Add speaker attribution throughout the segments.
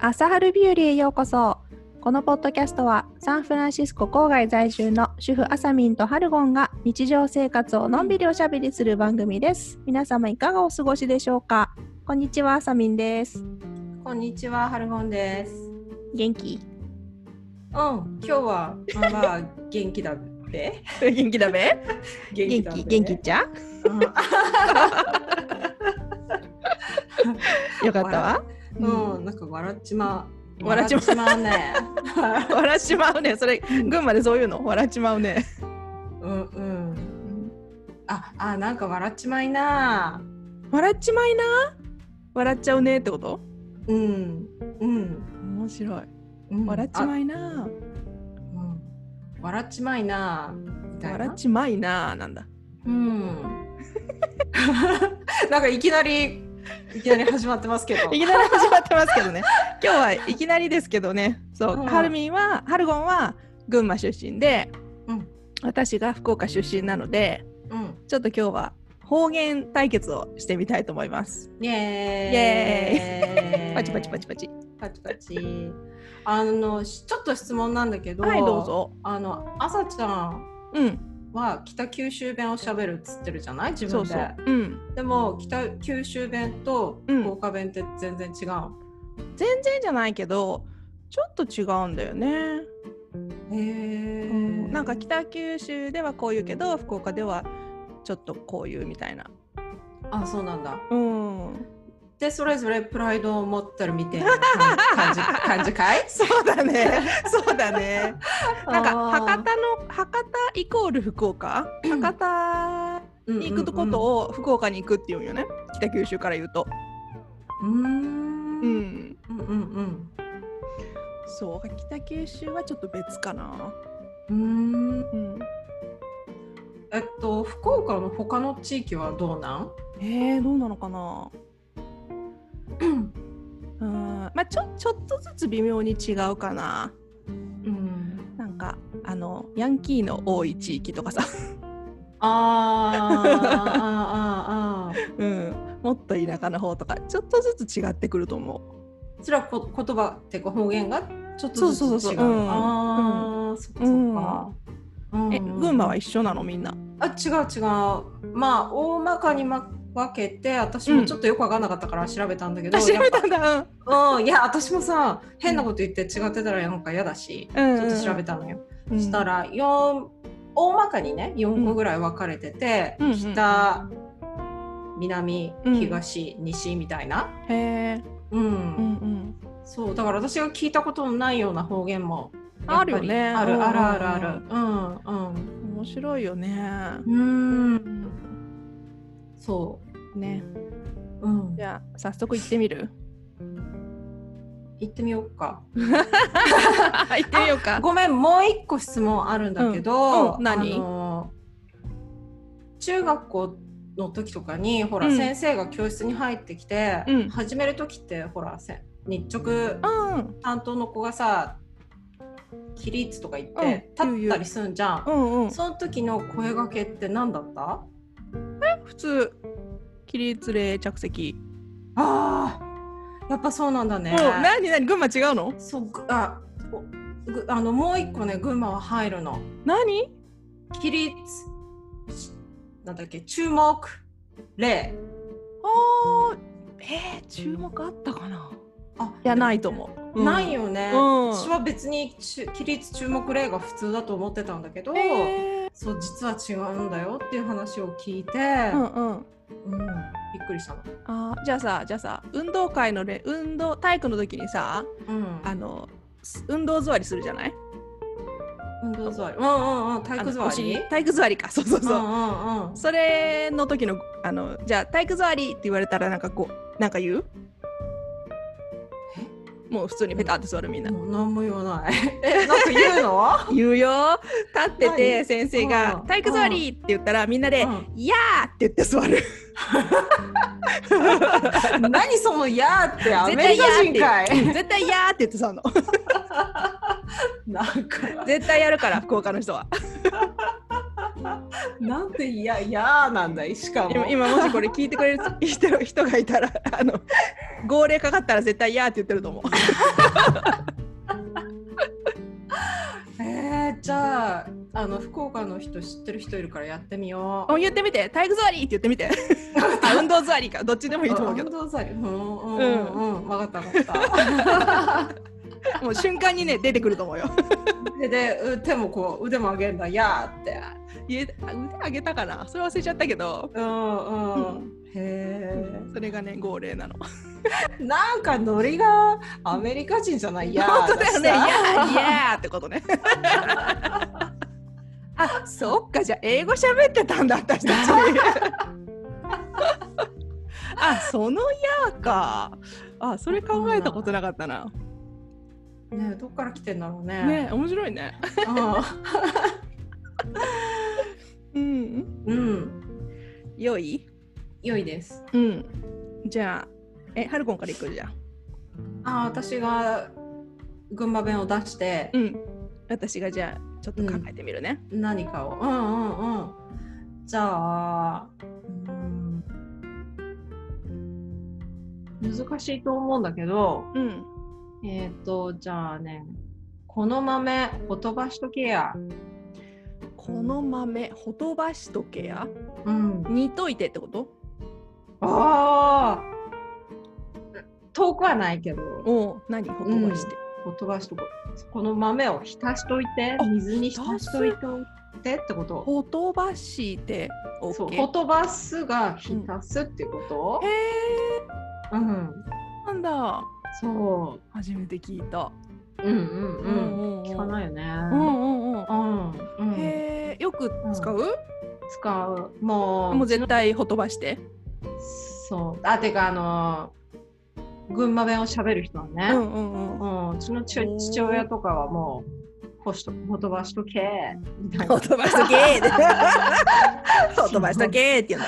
Speaker 1: 朝春日和へようこそこのポッドキャストはサンフランシスコ郊外在住の主婦あさみんとハルゴンが日常生活をのんびりおしゃべりする番組です皆様いかがお過ごしでしょうかこんにちはあさみんです
Speaker 2: こんにちは、ハルゴンです。うん、
Speaker 1: 元気
Speaker 2: 今日は、まあまあ、元気だって。
Speaker 1: 元気だべ
Speaker 2: 元
Speaker 1: 元気元気っちゃ
Speaker 2: うん
Speaker 1: よかったわ
Speaker 2: うん、なんか笑っちまう。
Speaker 1: 笑っちまう
Speaker 2: うね。
Speaker 1: 笑っちまうねそれ群馬でそういうの笑っちまうね
Speaker 2: うんうん。あ、あ、なんか笑っちまいな。
Speaker 1: 笑っちまいな笑っちゃうねってこと
Speaker 2: うん、うん。
Speaker 1: 面白い
Speaker 2: うん
Speaker 1: 笑っちまいな
Speaker 2: あうん笑っちまいな。みたいな
Speaker 1: 笑っちまいななんだ
Speaker 2: うん。 なんかいきなり、いきなり始まってますけど
Speaker 1: い。きなり始まってますけ どね今日はいきなりですけどねそう、
Speaker 2: うん
Speaker 1: ハルミンはハルゴンは群馬出身で、
Speaker 2: うん
Speaker 1: 私が福岡出身なので
Speaker 2: うん。
Speaker 1: ちょっと今日は方言対決をしてみたいと思います
Speaker 2: イエー
Speaker 1: イ
Speaker 2: イ。
Speaker 1: エパチパチパチパチ
Speaker 2: パチパチ。あのしちょっと質問なんだけど、
Speaker 1: はいどう。ぞ
Speaker 2: あのあさちゃん
Speaker 1: うん
Speaker 2: は北九州弁をしゃべるっつってるじゃない自
Speaker 1: そ
Speaker 2: 分
Speaker 1: う
Speaker 2: で。
Speaker 1: そううん
Speaker 2: でも北九州弁と
Speaker 1: うん
Speaker 2: 福岡弁って全然違う。
Speaker 1: 全然じゃないけどちょっと違うんだよね、
Speaker 2: へえ、
Speaker 1: うんなんか北九州ではこう言うけど福岡ではちょっとこう言うみたいな
Speaker 2: あそうなんだ。
Speaker 1: うん
Speaker 2: でそれぞれプライドを持ってるみたいな 感じ感じかい？
Speaker 1: そうだね。 そうだね。なんか博多の博多イコール福岡、博多に行くことを福岡に行くって言うんよね。北九州から言うと。
Speaker 2: うんう
Speaker 1: う
Speaker 2: んうん。
Speaker 1: ん。
Speaker 2: うんうん
Speaker 1: そう、北九州はちょっと別かな。
Speaker 2: うん。うん。
Speaker 1: うん。
Speaker 2: えっと福岡の他の地域はどうなん？
Speaker 1: えー、どうなのかな。うん。まあちょちょっとずつ微妙に違うかな。
Speaker 2: うん。
Speaker 1: なんかあのヤンキーの多い地域とかさ、
Speaker 2: あーあーあーあー
Speaker 1: うん、もっと田舎の方とかちょっとずつ違ってくると思う。
Speaker 2: それはこ言葉っていうか方言がちょっとずつ
Speaker 1: そ
Speaker 2: 違う
Speaker 1: うそうそうそううん
Speaker 2: ああそっかそっか、うん
Speaker 1: え、群馬は一緒なのみんな。
Speaker 2: あ違う違うまあ大まかにま分けて私もちょっとよく分かんなかったから調べたんだけど、
Speaker 1: あ調
Speaker 2: やっ
Speaker 1: べたんだ。うん
Speaker 2: ぱうんいや私もさ変なこと言って違ってたらなんか嫌だし、
Speaker 1: うん
Speaker 2: ちょっと調べたのよ、したら四大まかにね4個ぐらい分かれてて、
Speaker 1: うん
Speaker 2: 北南
Speaker 1: うん
Speaker 2: 東、西みたいな、
Speaker 1: へえ、
Speaker 2: うん
Speaker 1: うんうん、
Speaker 2: そうだから私が聞いたことのないような方言もやっぱり
Speaker 1: あるよね
Speaker 2: あ
Speaker 1: うん
Speaker 2: るあるあるあるうんうん
Speaker 1: 面白いよね。
Speaker 2: うんそ
Speaker 1: ね、
Speaker 2: ううん
Speaker 1: じゃあ早速行ってみ る。
Speaker 2: 行ってみようか
Speaker 1: 行ってみようか。
Speaker 2: ごめんもう一個質問あるんだけ
Speaker 1: うん
Speaker 2: ど、
Speaker 1: うん何
Speaker 2: あの中学校の時とかにほら、
Speaker 1: うん
Speaker 2: 先生が教室に入ってきて、
Speaker 1: うん
Speaker 2: 始める時ってほらせ日直
Speaker 1: うん、
Speaker 2: 担当の子がさ起立とか言って、
Speaker 1: うん
Speaker 2: 立ったりすんじゃん
Speaker 1: う、んうん。
Speaker 2: その時の声掛けって何だった
Speaker 1: 普通起立礼着席。
Speaker 2: ああ、やっぱそうなんだね
Speaker 1: お。なになに群馬違うの？
Speaker 2: そうぐあおぐあのもう一個ね群馬は入るの。
Speaker 1: 何？
Speaker 2: 起立しなんだっけ注目例
Speaker 1: ああ、えー、注目あったかな？
Speaker 2: あ
Speaker 1: いやないと思う。うん
Speaker 2: ない。よね。
Speaker 1: うん
Speaker 2: 私は別にちゅ起立注目例が普通だと思ってたんだけど、
Speaker 1: へー
Speaker 2: そう実は違うんだよっていう話を聞いて、
Speaker 1: うんうん。
Speaker 2: うんびっくりしたの。
Speaker 1: あーじゃあさじゃあさ運動会のれ運動体育の時にさ
Speaker 2: うん、
Speaker 1: あのす運動座りするじゃない？
Speaker 2: 運動座り。うんうんうん体育
Speaker 1: あの
Speaker 2: 座
Speaker 1: お尻
Speaker 2: り。
Speaker 1: 体育座りかそうそうそう、
Speaker 2: んうんうん。
Speaker 1: それの時のあのじゃあ体育座りって言われたらなんかこうなんか言うもう普通にペタって座るみんな、
Speaker 2: もう何も言わ ない。えなんか言うの？
Speaker 1: 言うよ立ってて
Speaker 2: 何
Speaker 1: 先生が「
Speaker 2: うん
Speaker 1: 体育座り!」って言ったらみんなで
Speaker 2: うん
Speaker 1: 「いやー!」って言って座る
Speaker 2: 何その「やー」ってアメリ
Speaker 1: 絶
Speaker 2: カ
Speaker 1: 対
Speaker 2: 人か
Speaker 1: やーって
Speaker 2: い
Speaker 1: 絶対「やー!」って言って座るの
Speaker 2: なんか
Speaker 1: 絶対やるから福岡の人は
Speaker 2: なんていや、いやーなんだい、しかも。
Speaker 1: 今今もしこれ聞いてくれる人人がいたらあの号令かかったら絶対嫌って言ってると思う。
Speaker 2: えー、じゃあ、あの福岡の人知ってる人いるからやってみよう。
Speaker 1: お言ってみて体育座りって言って みてあ運動座りかどっちでもいいと思うけど
Speaker 2: あ運動剤うんうんうん、うん、わかったわかった。
Speaker 1: もう瞬間にね出てくると思うよ。
Speaker 2: でで手もこう腕も上げるんだいやーって
Speaker 1: 言えあ腕上げたかなそれ忘れちゃったけど
Speaker 2: うんうん、
Speaker 1: う
Speaker 2: へ
Speaker 1: それがね号令なの。
Speaker 2: えなんかノリがアメリカ人じゃないいやー
Speaker 1: 本当だよね。い
Speaker 2: さ
Speaker 1: やいやってことね。 あそっかじゃあ英語喋ってたんだ私たち。あその「や」か。あそれ考えたことなかったな。
Speaker 2: ねえどっから来てんだろうね
Speaker 1: ね面白いね。うん。
Speaker 2: うん、うん、
Speaker 1: 良い
Speaker 2: 良いです
Speaker 1: うん。じゃあえハルコンから行くじゃん。
Speaker 2: あー私が群馬弁を出して
Speaker 1: うん。私がじゃあちょっと考えてみるね。
Speaker 2: 何かをうんうんうんじゃあうん難しいと思うんだけど
Speaker 1: うん。
Speaker 2: えっ、とじゃあねこの豆ほとばしとけや
Speaker 1: この豆ほとばしとけや
Speaker 2: うん
Speaker 1: 煮といてってこと
Speaker 2: ああ遠くはないけど
Speaker 1: おう何ほとばして。
Speaker 2: ほとばしとここの豆を浸しといて
Speaker 1: あ
Speaker 2: 水に浸しといてってこと
Speaker 1: ほとばしてオ
Speaker 2: そう
Speaker 1: ッケ
Speaker 2: ほ
Speaker 1: ー。
Speaker 2: とばすが浸すってこと
Speaker 1: へ、え
Speaker 2: うん、
Speaker 1: ー、なんだ。
Speaker 2: そう
Speaker 1: 初めて聞いた。
Speaker 2: うんうん
Speaker 1: う
Speaker 2: う
Speaker 1: ん
Speaker 2: ん。聞か
Speaker 1: い。
Speaker 2: ないよね。
Speaker 1: うんうんうん。
Speaker 2: うん。うん。
Speaker 1: へえよく使う？
Speaker 2: 使う。もう。
Speaker 1: もう絶対ほとばして。
Speaker 2: そう。あ、てか、あのー群馬弁を喋る人は
Speaker 1: う
Speaker 2: ね。
Speaker 1: んうん
Speaker 2: う
Speaker 1: うん。
Speaker 2: ん。うちの父父親とかはもう、ほしと、ほとばしとけ。みたいな。
Speaker 1: ほとばしとけーって。 ほとばしとけーっていう の。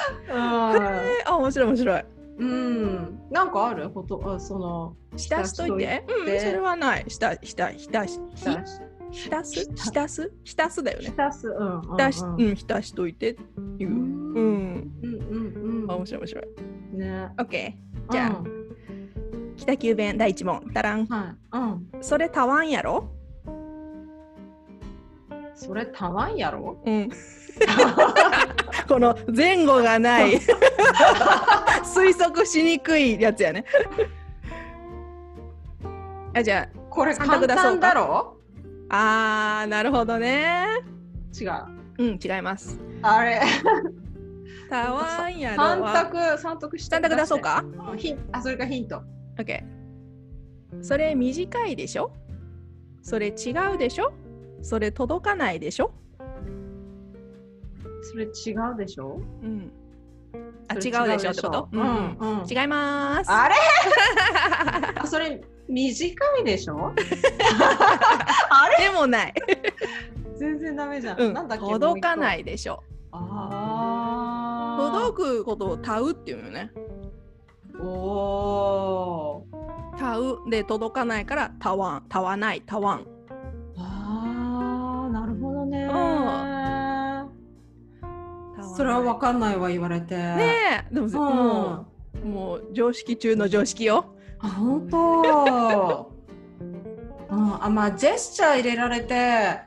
Speaker 1: えあ面白い面白い。
Speaker 2: うん。うん。なんかあるほと、あその、
Speaker 1: 浸しといて。うんそれはない。浸浸浸し
Speaker 2: 浸す。
Speaker 1: 浸す浸す浸すだよね。
Speaker 2: 浸す。うん。うん
Speaker 1: 浸し
Speaker 2: う。
Speaker 1: うんん浸しといてっていうう。うんん。
Speaker 2: うんうん
Speaker 1: あ
Speaker 2: うん
Speaker 1: 面。白い面白い。
Speaker 2: ね。
Speaker 1: オッケー。じゃあ
Speaker 2: うん
Speaker 1: 北九弁第一問。たらん。
Speaker 2: はい。うん。
Speaker 1: それたわんやろ？
Speaker 2: それたまんやろ
Speaker 1: うん。この前後がない 推測しにくいやつやね。あじゃ
Speaker 2: これ
Speaker 1: 三択
Speaker 2: 簡
Speaker 1: 出そう
Speaker 2: 単
Speaker 1: か
Speaker 2: だろ
Speaker 1: ああーなるほどね。
Speaker 2: 違う。
Speaker 1: うん違います。
Speaker 2: あ れ、
Speaker 1: たわんやろ
Speaker 2: 三
Speaker 1: は
Speaker 2: 択、三択して
Speaker 1: 三択出そう。か
Speaker 2: うんヒンあ、それかヒント。
Speaker 1: ？OK。それ短いでしょそれ違うでしょそれ届かないでしょ
Speaker 2: それ違うでしょ
Speaker 1: うん。あ
Speaker 2: それ
Speaker 1: 違うでしょってこと
Speaker 2: う、
Speaker 1: うんん。
Speaker 2: うん。
Speaker 1: 違います。
Speaker 2: あれ あそれ短いでしょ
Speaker 1: でもない。
Speaker 2: 全然ダメじゃん。
Speaker 1: うん
Speaker 2: なんだっけ。
Speaker 1: 届かないいでしょ
Speaker 2: もう一個ああ。
Speaker 1: 届くことを「たう」っていうのね
Speaker 2: く。お
Speaker 1: 「
Speaker 2: ー。
Speaker 1: たう」で届かないから「たわん」「たわない」「たわん
Speaker 2: あー、なるほどね。
Speaker 1: たわない」
Speaker 2: それは分かんないわ、言われて。ね
Speaker 1: ねえでも
Speaker 2: う
Speaker 1: ぜ
Speaker 2: ん。
Speaker 1: も
Speaker 2: あ、
Speaker 1: うもう常識中の常識よ
Speaker 2: 本当。うん、あ、まあ、ジェスチャー入れられて。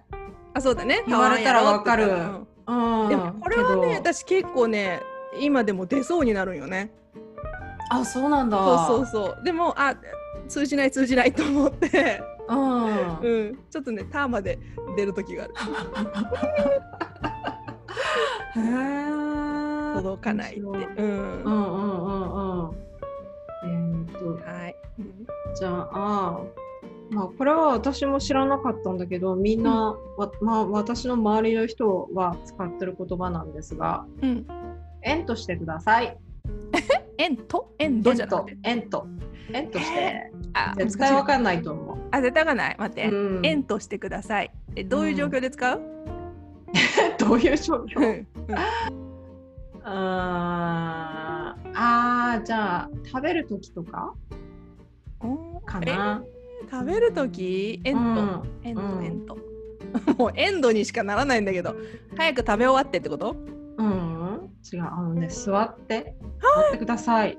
Speaker 1: あそうだね
Speaker 2: 言われたら
Speaker 1: たわんやろって言っ
Speaker 2: わかるう
Speaker 1: たらうん
Speaker 2: ん、
Speaker 1: でもこれはね
Speaker 2: けど
Speaker 1: 私結構ね今でも出そうになるんよね
Speaker 2: あそうなんだ
Speaker 1: そうそうそうでもあ通じない通じないと思って、
Speaker 2: う、ん、
Speaker 1: うん、ちょっとね「た」まで出る時がある
Speaker 2: へえ
Speaker 1: 届かないって、
Speaker 2: う
Speaker 1: うん
Speaker 2: うん
Speaker 1: ん
Speaker 2: う、んうんうんえーっと
Speaker 1: はい、うん
Speaker 2: じゃあまあこれは私も知らなかったんだけどみんな、わまあ、私の周りの人は使ってる言葉なんですが
Speaker 1: うん、
Speaker 2: 円としてください
Speaker 1: 円と円とじゃなくて
Speaker 2: 円と円と円として
Speaker 1: あ
Speaker 2: 絶対わかんないと思う
Speaker 1: あ絶対わかんない待って、
Speaker 2: う ん
Speaker 1: 円としてくださいえどういう状況で使う、
Speaker 2: どういう状
Speaker 1: うん
Speaker 2: 況 あーあーじゃあ食べる時とか
Speaker 1: おー
Speaker 2: かな
Speaker 1: え食べる時円と、
Speaker 2: うん
Speaker 1: 円
Speaker 2: う
Speaker 1: と
Speaker 2: ん
Speaker 1: 円と、 もうエンドにしかならないんだけど早く食べ終わってってこと
Speaker 2: うん、違う、あのね、座って、座ってください。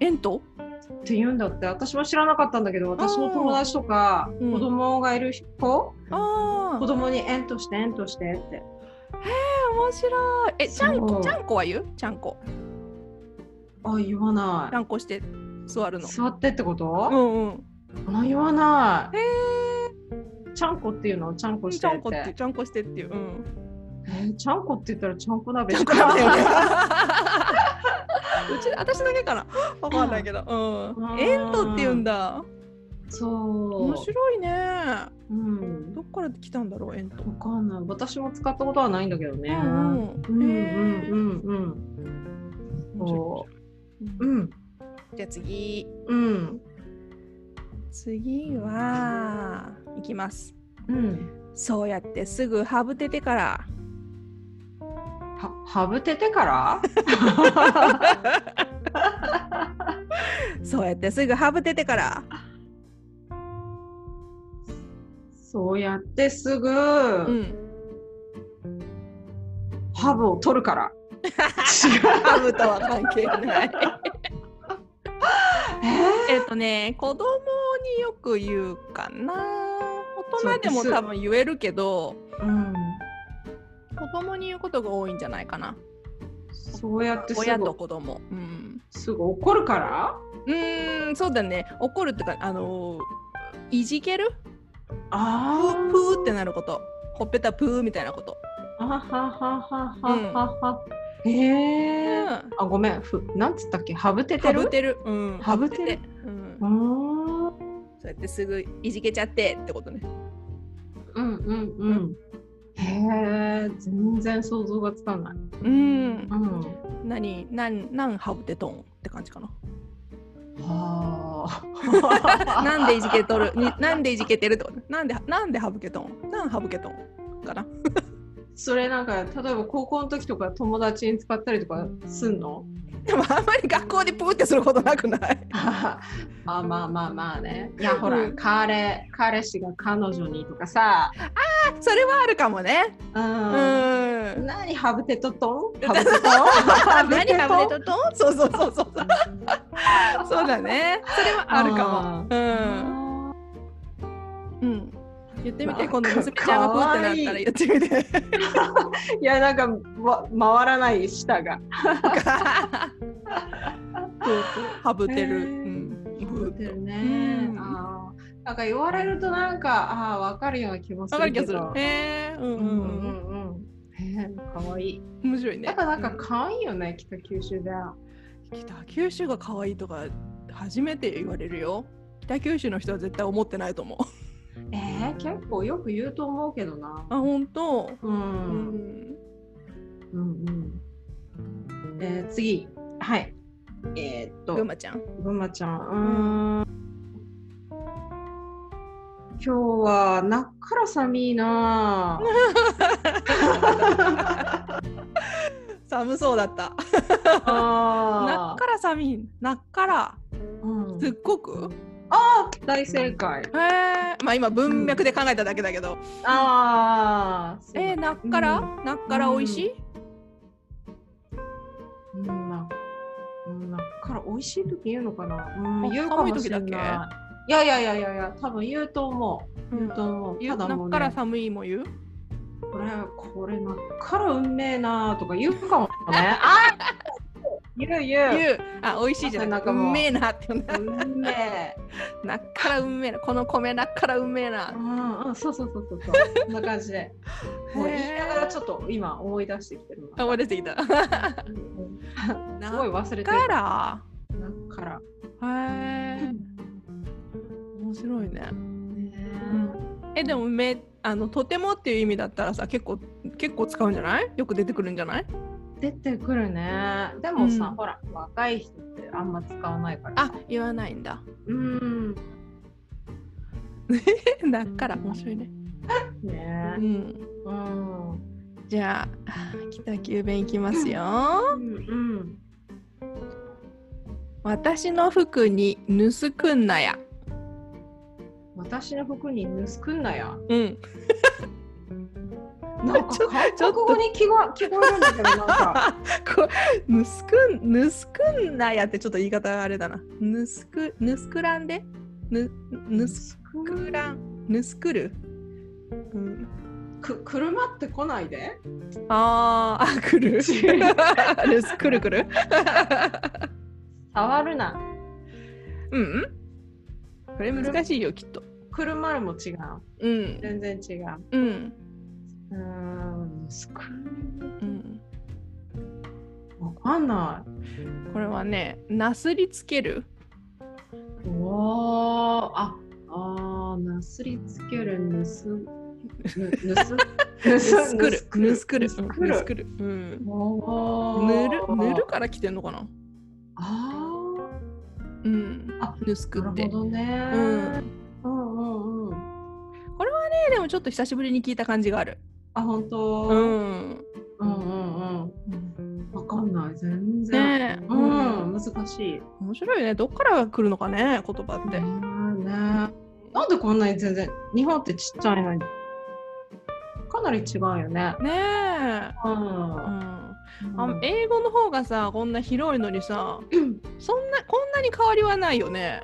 Speaker 1: エント
Speaker 2: って言うんだって私も知らなかったんだけど私の友達とか
Speaker 1: うん
Speaker 2: 子供がいる子、
Speaker 1: あ
Speaker 2: 子供に縁として縁としてって
Speaker 1: あ面白いえちゃん
Speaker 2: そ
Speaker 1: こ
Speaker 2: う
Speaker 1: ちゃんこは言うちゃんこ
Speaker 2: あ言わな
Speaker 1: ちゃんこして座る
Speaker 2: い
Speaker 1: の
Speaker 2: 座ってってこ
Speaker 1: う
Speaker 2: と、
Speaker 1: んうん
Speaker 2: あ言わな
Speaker 1: へ
Speaker 2: いちゃんこっていうのちゃんこ
Speaker 1: え
Speaker 2: し
Speaker 1: ち
Speaker 2: て
Speaker 1: ゃ
Speaker 2: っ
Speaker 1: んこって
Speaker 2: て
Speaker 1: ちゃんこしてっていううん
Speaker 2: えーちゃんこって言ったらちゃんこ鍋
Speaker 1: ちゃ
Speaker 2: し
Speaker 1: んこ
Speaker 2: か
Speaker 1: なんだよね
Speaker 2: な
Speaker 1: うち私だけかなわかんないけどうん
Speaker 2: うん
Speaker 1: エントって言うんだ
Speaker 2: そう
Speaker 1: 面白いね
Speaker 2: うん
Speaker 1: どっから来たんだろうエント
Speaker 2: わかんない私も使ったことはないんだけど
Speaker 1: う
Speaker 2: ね、
Speaker 1: んう
Speaker 2: うんうん
Speaker 1: ん
Speaker 2: う
Speaker 1: へえ
Speaker 2: んうん
Speaker 1: 面白い面白い
Speaker 2: うん
Speaker 1: じゃあ次
Speaker 2: うん
Speaker 1: 次はいきます
Speaker 2: うん
Speaker 1: そうやってすぐハブててから
Speaker 2: ははぶててから
Speaker 1: そうやってすぐハブててから
Speaker 2: そうやってすぐ、
Speaker 1: うん
Speaker 2: ハブを取る から。
Speaker 1: ハブとは関係 ない
Speaker 2: 違う。え
Speaker 1: えっとね子供によく言うかな大人でも
Speaker 2: そうです
Speaker 1: 多分言えるけど
Speaker 2: ーうん。
Speaker 1: 子供に言うことが多いんじゃないかな
Speaker 2: そうやってす
Speaker 1: 親と
Speaker 2: ぐ
Speaker 1: 子供うん
Speaker 2: すぐ怒るから
Speaker 1: うーんそうだね怒るってかあのーいじけるプ
Speaker 2: あ
Speaker 1: ープーってなることほっぺたプーみたいなこと
Speaker 2: あはははははは。えー。
Speaker 1: う
Speaker 2: あごめん。ふなんつったっけハブて
Speaker 1: んハ
Speaker 2: て
Speaker 1: ブ
Speaker 2: る
Speaker 1: てるうん
Speaker 2: ハブて
Speaker 1: ハ
Speaker 2: る
Speaker 1: うん
Speaker 2: うーんうん
Speaker 1: そうやってすぐいじけちゃってってことね
Speaker 2: うんうん。へえ全然想像がつかない。
Speaker 1: うん
Speaker 2: うん。
Speaker 1: 何何何ハブてとんって感じかな
Speaker 2: は
Speaker 1: あ
Speaker 2: あ。
Speaker 1: なんでいじけとるになんでいじけてるってことなんでなんでハブけとんなんハブけとんかな
Speaker 2: それなんか例えば高校の時とか友達に使ったりとかすんの？
Speaker 1: でもあんまり学校でプーってすることなくない
Speaker 2: あまあまあまあまあね。いやほら、
Speaker 1: うん
Speaker 2: 彼彼氏が彼女にとかさ。
Speaker 1: それはあるかもね
Speaker 2: う。
Speaker 1: うんん
Speaker 2: 何ハブテトトン？ハブ
Speaker 1: 何
Speaker 2: テ トン？
Speaker 1: ハブ
Speaker 2: トン
Speaker 1: てとんそうそうそう そうそうそうだねそれはあるかもうんうん言ってみて今度娘ちゃんがプーってなったら言ってみて
Speaker 2: いやなんかわ回らない舌が。
Speaker 1: そうそうハブてる。
Speaker 2: ね
Speaker 1: うん
Speaker 2: ハブテる
Speaker 1: ね
Speaker 2: ね。あーなんか言われるとなんかああわかるような気もす
Speaker 1: わか
Speaker 2: る
Speaker 1: る気がす
Speaker 2: け
Speaker 1: る
Speaker 2: ど。。
Speaker 1: へえ、うん
Speaker 2: う
Speaker 1: うん
Speaker 2: う
Speaker 1: う
Speaker 2: ん
Speaker 1: ん。
Speaker 2: んうん。へえ可愛い。
Speaker 1: 面白いね。
Speaker 2: だからなんか可愛いよね北九州で。
Speaker 1: うん北九州が可愛いとか初めて言われるよ。北九州の人は絶対思ってないと思う。
Speaker 2: えー、結構よく言うと思うけどな。
Speaker 1: あ、本当。う
Speaker 2: うん
Speaker 1: ん。
Speaker 2: うんうん。えー、次。はい。えー、っと
Speaker 1: ぐ、まちゃん。
Speaker 2: ぐまちゃん。うーん。今日は、なっから寒いな ぁ。
Speaker 1: 寒そうだった。な
Speaker 2: あ
Speaker 1: っから寒い。なっから。
Speaker 2: ーうん
Speaker 1: すっごく。
Speaker 2: 大正解。
Speaker 1: へえ。まあ今文脈で考えただけだけど。
Speaker 2: ああ。そう
Speaker 1: えー、なっから
Speaker 2: う。
Speaker 1: なっから美味しい。
Speaker 2: うん、なうんなっから美味しい時言うのかな。う
Speaker 1: あ
Speaker 2: ん、言うかもしれ
Speaker 1: 寒い時
Speaker 2: な
Speaker 1: だ
Speaker 2: い。いやいやいやいやいや、多分言うと思う。言うと思う。
Speaker 1: 言う
Speaker 2: ただ
Speaker 1: な
Speaker 2: もう
Speaker 1: っか
Speaker 2: ね
Speaker 1: ら寒いも言う。
Speaker 2: これこれなっから運命なとか言うかも ね。あ言う言う。
Speaker 1: 言うあ美味しいじゃなくて
Speaker 2: なんかもう
Speaker 1: うめえなって言うんだ
Speaker 2: 運命。
Speaker 1: なっからう めえなこの米なっからうめえな
Speaker 2: うんうんそうそうそうそうそう。こんな感じで。もう言いながらちょ
Speaker 1: っ
Speaker 2: っと今思い出してきてる
Speaker 1: と
Speaker 2: な。
Speaker 1: あ出てきた
Speaker 2: うんうんすごい
Speaker 1: なっ
Speaker 2: 忘れて
Speaker 1: から
Speaker 2: る。なっから。
Speaker 1: へえ面白いねえでもめあのとてもっていう意味だったらさ結構結構使うんじゃないよく出てくるんじゃない
Speaker 2: 出てくるね。でもさ、
Speaker 1: うん
Speaker 2: ほら若い人ってあんま使わないから。
Speaker 1: あ言わないんだ
Speaker 2: うん。
Speaker 1: なっから面白いね
Speaker 2: ね
Speaker 1: う。ん
Speaker 2: うん。うん
Speaker 1: じゃあ北九弁いきますよ
Speaker 2: うん。
Speaker 1: 私の服に盗くんなや
Speaker 2: 私の服に盗くんなや。
Speaker 1: うん
Speaker 2: なんか
Speaker 1: ちょちょっと
Speaker 2: 韓国語に聞こ聞こえるんだけど、なんか。
Speaker 1: こぬすくん、ぬすくんなやってちょっと言い方があれだな。ぬすく、ぬすくらんでぬ、 ぬすくらん、ぬすくる、うん、
Speaker 2: く車って来ないで
Speaker 1: あーあ、く る。
Speaker 2: 違
Speaker 1: ぬすくるくる。
Speaker 2: 触るな。
Speaker 1: うんうん。これ難しいよ、きっと。
Speaker 2: 車も違う。
Speaker 1: うん。
Speaker 2: 全然違う。
Speaker 1: うん。
Speaker 2: うーん、スク
Speaker 1: うん、
Speaker 2: わかんな
Speaker 1: これはね、なすりつける。
Speaker 2: い。おー、あ、あー、なすりつける、ぬす、ぬ、ぬす、ぬ
Speaker 1: ぬすくる。ぬ
Speaker 2: ぬ
Speaker 1: す
Speaker 2: す
Speaker 1: く
Speaker 2: く
Speaker 1: る
Speaker 2: る。。
Speaker 1: うんぬすくる。うん。
Speaker 2: おー
Speaker 1: ぬる、ぬるから来てんのかな
Speaker 2: あ
Speaker 1: うん。
Speaker 2: あ
Speaker 1: ぬすく
Speaker 2: ー、な
Speaker 1: って
Speaker 2: るほ。どね。
Speaker 1: うん。
Speaker 2: うんうんうん。
Speaker 1: えでもちょっと久しぶりに聞いた感じがある。
Speaker 2: あ、本当。
Speaker 1: う
Speaker 2: うん
Speaker 1: ん。
Speaker 2: うんうん。わかんない、全然。
Speaker 1: ねえ、
Speaker 2: うん、難しい。
Speaker 1: 面白いね。どっから来るのかね、言葉って
Speaker 2: う。んねなんでこんなに全然、日本ってちっちゃいのに。かなり違うよね。
Speaker 1: ねえ。
Speaker 2: うん。
Speaker 1: うん、あ
Speaker 2: うん
Speaker 1: 英語の方がさこんな広いのに さ
Speaker 2: うん
Speaker 1: そんなこんなに変わりはないよね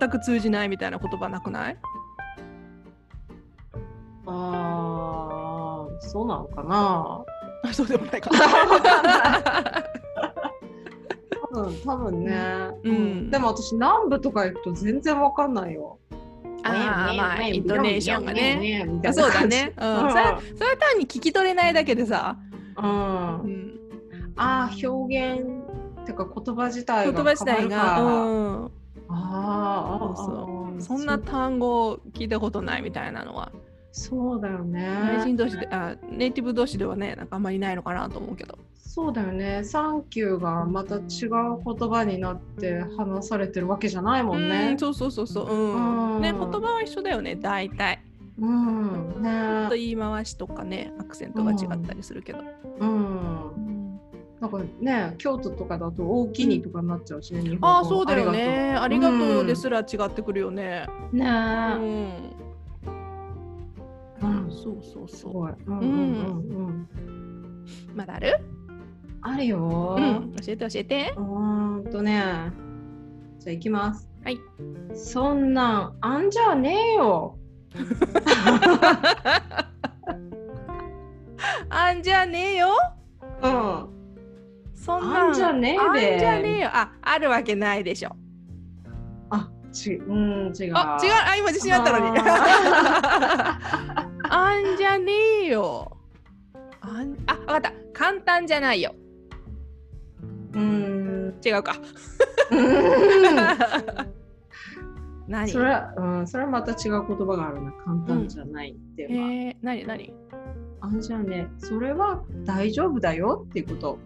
Speaker 1: 全く通じないみたいな言葉なくない
Speaker 2: あーそうなのかな
Speaker 1: あそうでも ないか
Speaker 2: 多分多分ね、
Speaker 1: うん
Speaker 2: でも私南部とか行くと全然わかんないよ
Speaker 1: あーまあイントネーションがね
Speaker 2: ねみたい
Speaker 1: あ
Speaker 2: な
Speaker 1: そうだ
Speaker 2: 感じ
Speaker 1: ね、 うん、それはそれは単に聞き取れないだけでさ、
Speaker 2: うん、
Speaker 1: う
Speaker 2: うん
Speaker 1: ん、
Speaker 2: あー表現ってか言葉自体
Speaker 1: 言
Speaker 2: が
Speaker 1: 葉自体が、
Speaker 2: 変わるか
Speaker 1: うん、
Speaker 2: あーあー
Speaker 1: そう
Speaker 2: あー
Speaker 1: そんな単語を聞いたことないみたいなのは
Speaker 2: そうだよ
Speaker 1: 外
Speaker 2: ね
Speaker 1: 人同士であネイティブ同士ではねなんかあんまりないのかなと思うけど
Speaker 2: そうだよね「サンキュー」がまた違う言葉になって話されてるわけじゃないもん
Speaker 1: う
Speaker 2: ね
Speaker 1: んそうそうそうそううん
Speaker 2: うん
Speaker 1: ね言葉は一緒だよね大体
Speaker 2: うん
Speaker 1: ちょっと
Speaker 2: ね
Speaker 1: 言い回しとかねアクセントが違ったりするけど、
Speaker 2: うんなんかね、京都とかだと大きにとかになっちゃうしね、日本語
Speaker 1: ああそうだよねあり
Speaker 2: り
Speaker 1: が
Speaker 2: が
Speaker 1: と
Speaker 2: と
Speaker 1: う
Speaker 2: う
Speaker 1: ですら違ってくるよねう
Speaker 2: ありがとう。ね
Speaker 1: ん、
Speaker 2: え、うん、す
Speaker 1: そうそうそ
Speaker 2: ごい。うんうんうんうん。
Speaker 1: うまだある
Speaker 2: あるよ
Speaker 1: う
Speaker 2: ー。
Speaker 1: ん教えて教えて
Speaker 2: うーんとね、じゃあ行きます。
Speaker 1: はい。
Speaker 2: そんなんあんじゃねえよ。
Speaker 1: あんじゃねえよ
Speaker 2: うん。
Speaker 1: そんなん
Speaker 2: あんじゃねえべ
Speaker 1: あんじゃねえよああるわけないでしょ
Speaker 2: あ、ち、うん、違う。
Speaker 1: あ違う。あ今自信あったのに
Speaker 2: あ
Speaker 1: あんじゃねえよあんあ分かった簡単じゃないよ
Speaker 2: うーん。
Speaker 1: 違うか 何
Speaker 2: それは、うん、それはまた違う言葉があるな。簡単じゃないっていう
Speaker 1: え
Speaker 2: のは。
Speaker 1: ー、何何
Speaker 2: あんじゃねえ。それは大丈夫だよっていうこと。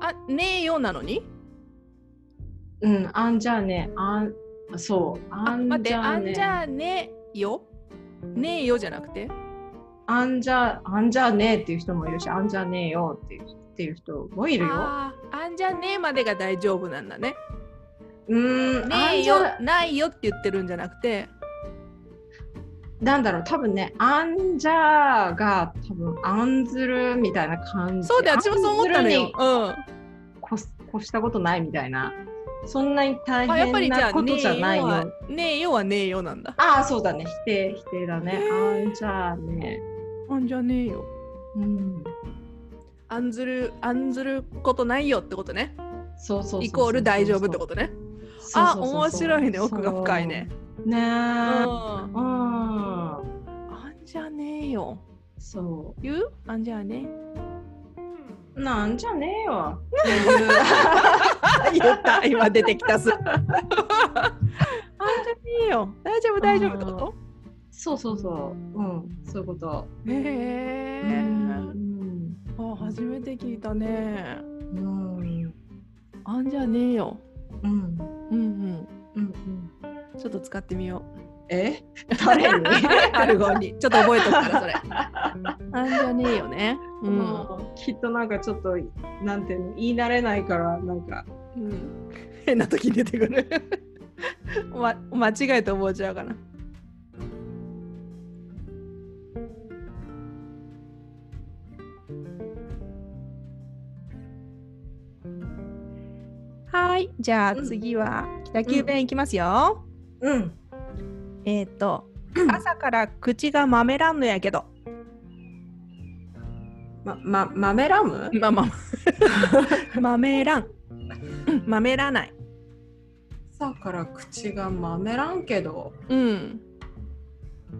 Speaker 1: あねえよなのに
Speaker 2: うん、あんじゃあね、あん、そう、
Speaker 1: あ
Speaker 2: あ
Speaker 1: 待
Speaker 2: ん
Speaker 1: っ
Speaker 2: じ
Speaker 1: て
Speaker 2: ゃ
Speaker 1: あ
Speaker 2: あ
Speaker 1: ん
Speaker 2: ね
Speaker 1: じ、ゃねえよねえよじゃなくて
Speaker 2: あんじゃ、あんじゃねっていう人もいるし、あんじゃねえよっていうっていう人もいるよ。
Speaker 1: あーあんじゃねえまでが大丈夫なんだね
Speaker 2: うーん、
Speaker 1: ね
Speaker 2: あ
Speaker 1: え
Speaker 2: んじ
Speaker 1: よ
Speaker 2: ゃ、
Speaker 1: ないよって言ってるんじゃなくて
Speaker 2: なんだろう、多分ね、あんじゃが多分、あんずるみたいな感じ。
Speaker 1: そうだよ私もそう思ったの
Speaker 2: あん
Speaker 1: よ
Speaker 2: ず、るに
Speaker 1: うん、
Speaker 2: こすこしたことないみたいな。そんなに大
Speaker 1: あやっぱり
Speaker 2: 変
Speaker 1: じゃ
Speaker 2: な
Speaker 1: あ
Speaker 2: こと
Speaker 1: ねえ
Speaker 2: じゃ
Speaker 1: よ
Speaker 2: ない
Speaker 1: は
Speaker 2: よ。
Speaker 1: ねえよはねえよなんだ
Speaker 2: ああ、そうだね、否定、否定だね
Speaker 1: へ。え
Speaker 2: あんじゃね。
Speaker 1: あんじゃねえよ
Speaker 2: うん。
Speaker 1: あんずるあんずることないよってことね
Speaker 2: そうそうそうそうそう。
Speaker 1: イコール大丈夫ってことね
Speaker 2: そう
Speaker 1: あ
Speaker 2: そうそうそう
Speaker 1: 面白いね奥が深いね。
Speaker 2: そうね
Speaker 1: う
Speaker 2: え。
Speaker 1: ん
Speaker 2: うん、
Speaker 1: あんじゃねえよ
Speaker 2: そ
Speaker 1: 言うあんじゃね
Speaker 2: う。なんじゃねえよ。
Speaker 1: 言った今出てきたすあんじゃねえよ大丈夫大丈夫ってこ
Speaker 2: そうそうそう。うん、そういうこと。
Speaker 1: とへえ
Speaker 2: うん、
Speaker 1: あ初めて聞いたね
Speaker 2: うん、うん、
Speaker 1: あんじゃねえよ
Speaker 2: うん、
Speaker 1: うん
Speaker 2: うん。
Speaker 1: うんちょっと使ってみよ
Speaker 2: え、
Speaker 1: う
Speaker 2: 誰に
Speaker 1: アルゴにちょっと覚えとくからそ れあんじゃねえよねう、
Speaker 2: うんん、きっとなんかちょっと、なんていうの、言い慣れないから、なんか。
Speaker 1: うん、変な時に出てくる ま間違えて覚えちゃうかなはい。じゃあ
Speaker 2: うん
Speaker 1: 次は北九弁いきますよ。
Speaker 2: うん。
Speaker 1: えっ、ー、と、
Speaker 2: うん
Speaker 1: 朝から口がまめらんのやけど。
Speaker 2: ま、ま、豆ラム
Speaker 1: まあまあ。 まめらん。うん、まめらない。
Speaker 2: 朝から口が豆らんけど、
Speaker 1: うん。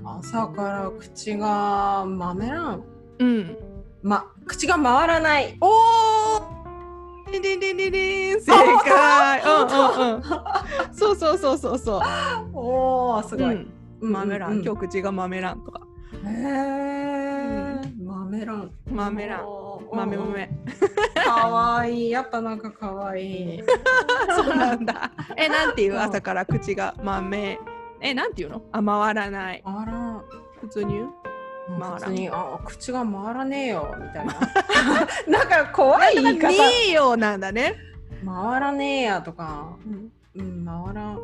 Speaker 2: 朝から口が豆らん。
Speaker 1: うん。
Speaker 2: ま、口が回らない。
Speaker 1: おお。でででででん。正解。うんうん うん。そうそうそうそうそう。
Speaker 2: おお、すごい。
Speaker 1: うん豆らん。今
Speaker 2: 曲。
Speaker 1: 日口がまめらんとか。
Speaker 2: へえ。豆らん。
Speaker 1: まめらん。
Speaker 2: おー
Speaker 1: まめま。め。
Speaker 2: かわいい。やっぱなんかかわいい。
Speaker 1: そうなん だ。え、なんていう
Speaker 2: うん
Speaker 1: 朝から口が豆。え、なんていうのあ、回らない。
Speaker 2: あら。
Speaker 1: 普通に言う回らん
Speaker 2: 普通にあ口が回らねえよみたい ななんか怖い言い方
Speaker 1: ねえよなんだね。
Speaker 2: 回らねえやとかうん回らん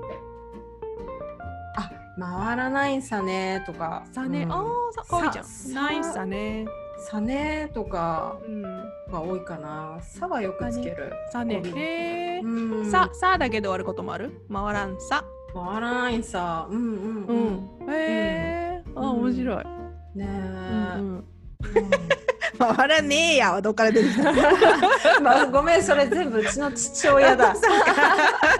Speaker 2: あ回らないんさねとか
Speaker 1: さね、
Speaker 2: うん
Speaker 1: ああ、さ、かわいいじゃ
Speaker 2: さ
Speaker 1: ん。ないさね。
Speaker 2: さねとか
Speaker 1: うん。
Speaker 2: が多いかなさはよくつける、
Speaker 1: さね
Speaker 2: う。ん
Speaker 1: へえ。
Speaker 2: うん、
Speaker 1: さ、さだけで終わることもある回らんさ。
Speaker 2: 回らないんさうんうん
Speaker 1: う
Speaker 2: うん、
Speaker 1: ん。へえ。あ、
Speaker 2: うん
Speaker 1: 面白い。
Speaker 2: ねえ、
Speaker 1: うん回らねえやはどっから出てきた
Speaker 2: うんまあ、ごめんそれ全部うちの父 親だ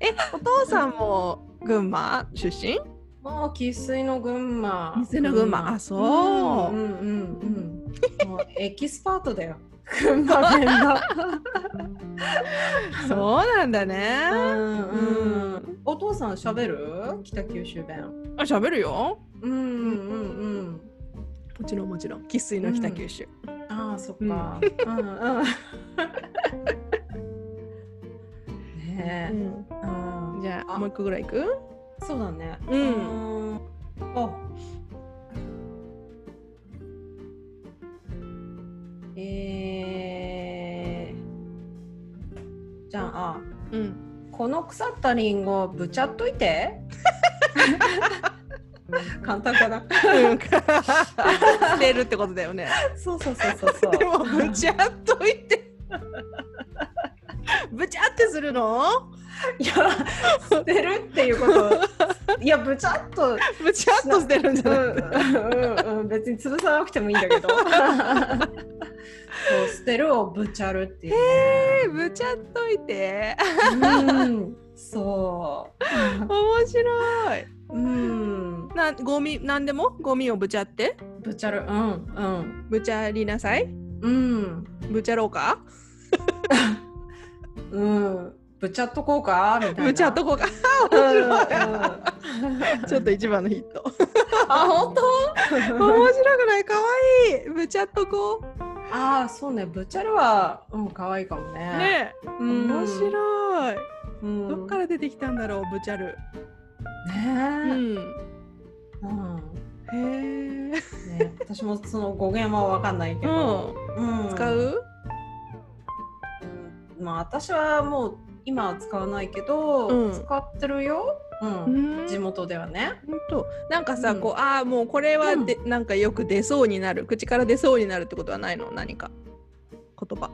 Speaker 1: え、お父さんも群馬出身
Speaker 2: もう生粋の群馬。
Speaker 1: 生粋の群馬あそう
Speaker 2: うんうんうん。 もうエキスパートだよ。群馬弁の。
Speaker 1: そうなんだね。
Speaker 2: うん
Speaker 1: う
Speaker 2: うん。お父さん喋る？北九州弁。
Speaker 1: あ、喋るよ。
Speaker 2: うんうん
Speaker 1: もちろんもちろん生粋の北九州、
Speaker 2: うん。ああそっか。う んうん。ねえ。うん
Speaker 1: じゃあ
Speaker 2: あ
Speaker 1: もう一個ぐらいいく
Speaker 2: そうだね。。
Speaker 1: うん
Speaker 2: お。えー、じゃああ
Speaker 1: うん
Speaker 2: この腐ったリンゴぶちゃっとい て簡単かな
Speaker 1: 捨てるってことだよね
Speaker 2: そうそうそうそう そう
Speaker 1: でもぶちゃっとい てぶちゃってするの
Speaker 2: いや捨てるっていうこといやぶちゃっと
Speaker 1: ぶちゃっと捨てるんじゃ
Speaker 2: う
Speaker 1: ない、
Speaker 2: んうんうん、別に潰さなくてもいいんだけどそう捨てるをぶちゃるっていうね、
Speaker 1: えぶちゃっといて
Speaker 2: うんそ。
Speaker 1: 面白いう
Speaker 2: うん。
Speaker 1: なゴミ何でもゴミをぶちゃって
Speaker 2: ぶちゃる。うん。
Speaker 1: ぶちゃりなさい
Speaker 2: うん。
Speaker 1: ぶちゃろうか
Speaker 2: うん。うん。ぶちゃっとこうかみたいな。
Speaker 1: ぶちゃっとこうか
Speaker 2: う
Speaker 1: 面
Speaker 2: ん。うん
Speaker 1: 白い
Speaker 2: あ、
Speaker 1: ちょっと一番のヒット
Speaker 2: 本当
Speaker 1: 面白くないかわいいぶちゃっとこう
Speaker 2: ああ、そうね。ぶちゃるは、うん、可愛いかもね。
Speaker 1: ねえ、
Speaker 2: うん
Speaker 1: 面白い、
Speaker 2: うん、
Speaker 1: どっから出てきたんだろうブチャル、
Speaker 2: ねえ。うん。
Speaker 1: へえ、
Speaker 2: ね、私もその語源は分かんないけ
Speaker 1: う
Speaker 2: ど、
Speaker 1: ん、
Speaker 2: うん
Speaker 1: 使う、
Speaker 2: うんまあ私はもう今は使わないけど、
Speaker 1: うん
Speaker 2: 使ってるよ、うん
Speaker 1: うん
Speaker 2: 地元ではね
Speaker 1: ほんとなんかさ、
Speaker 2: うん
Speaker 1: こうああもうこれはで、なんかよく出そうになる口から出そうになるってことはないの何か言葉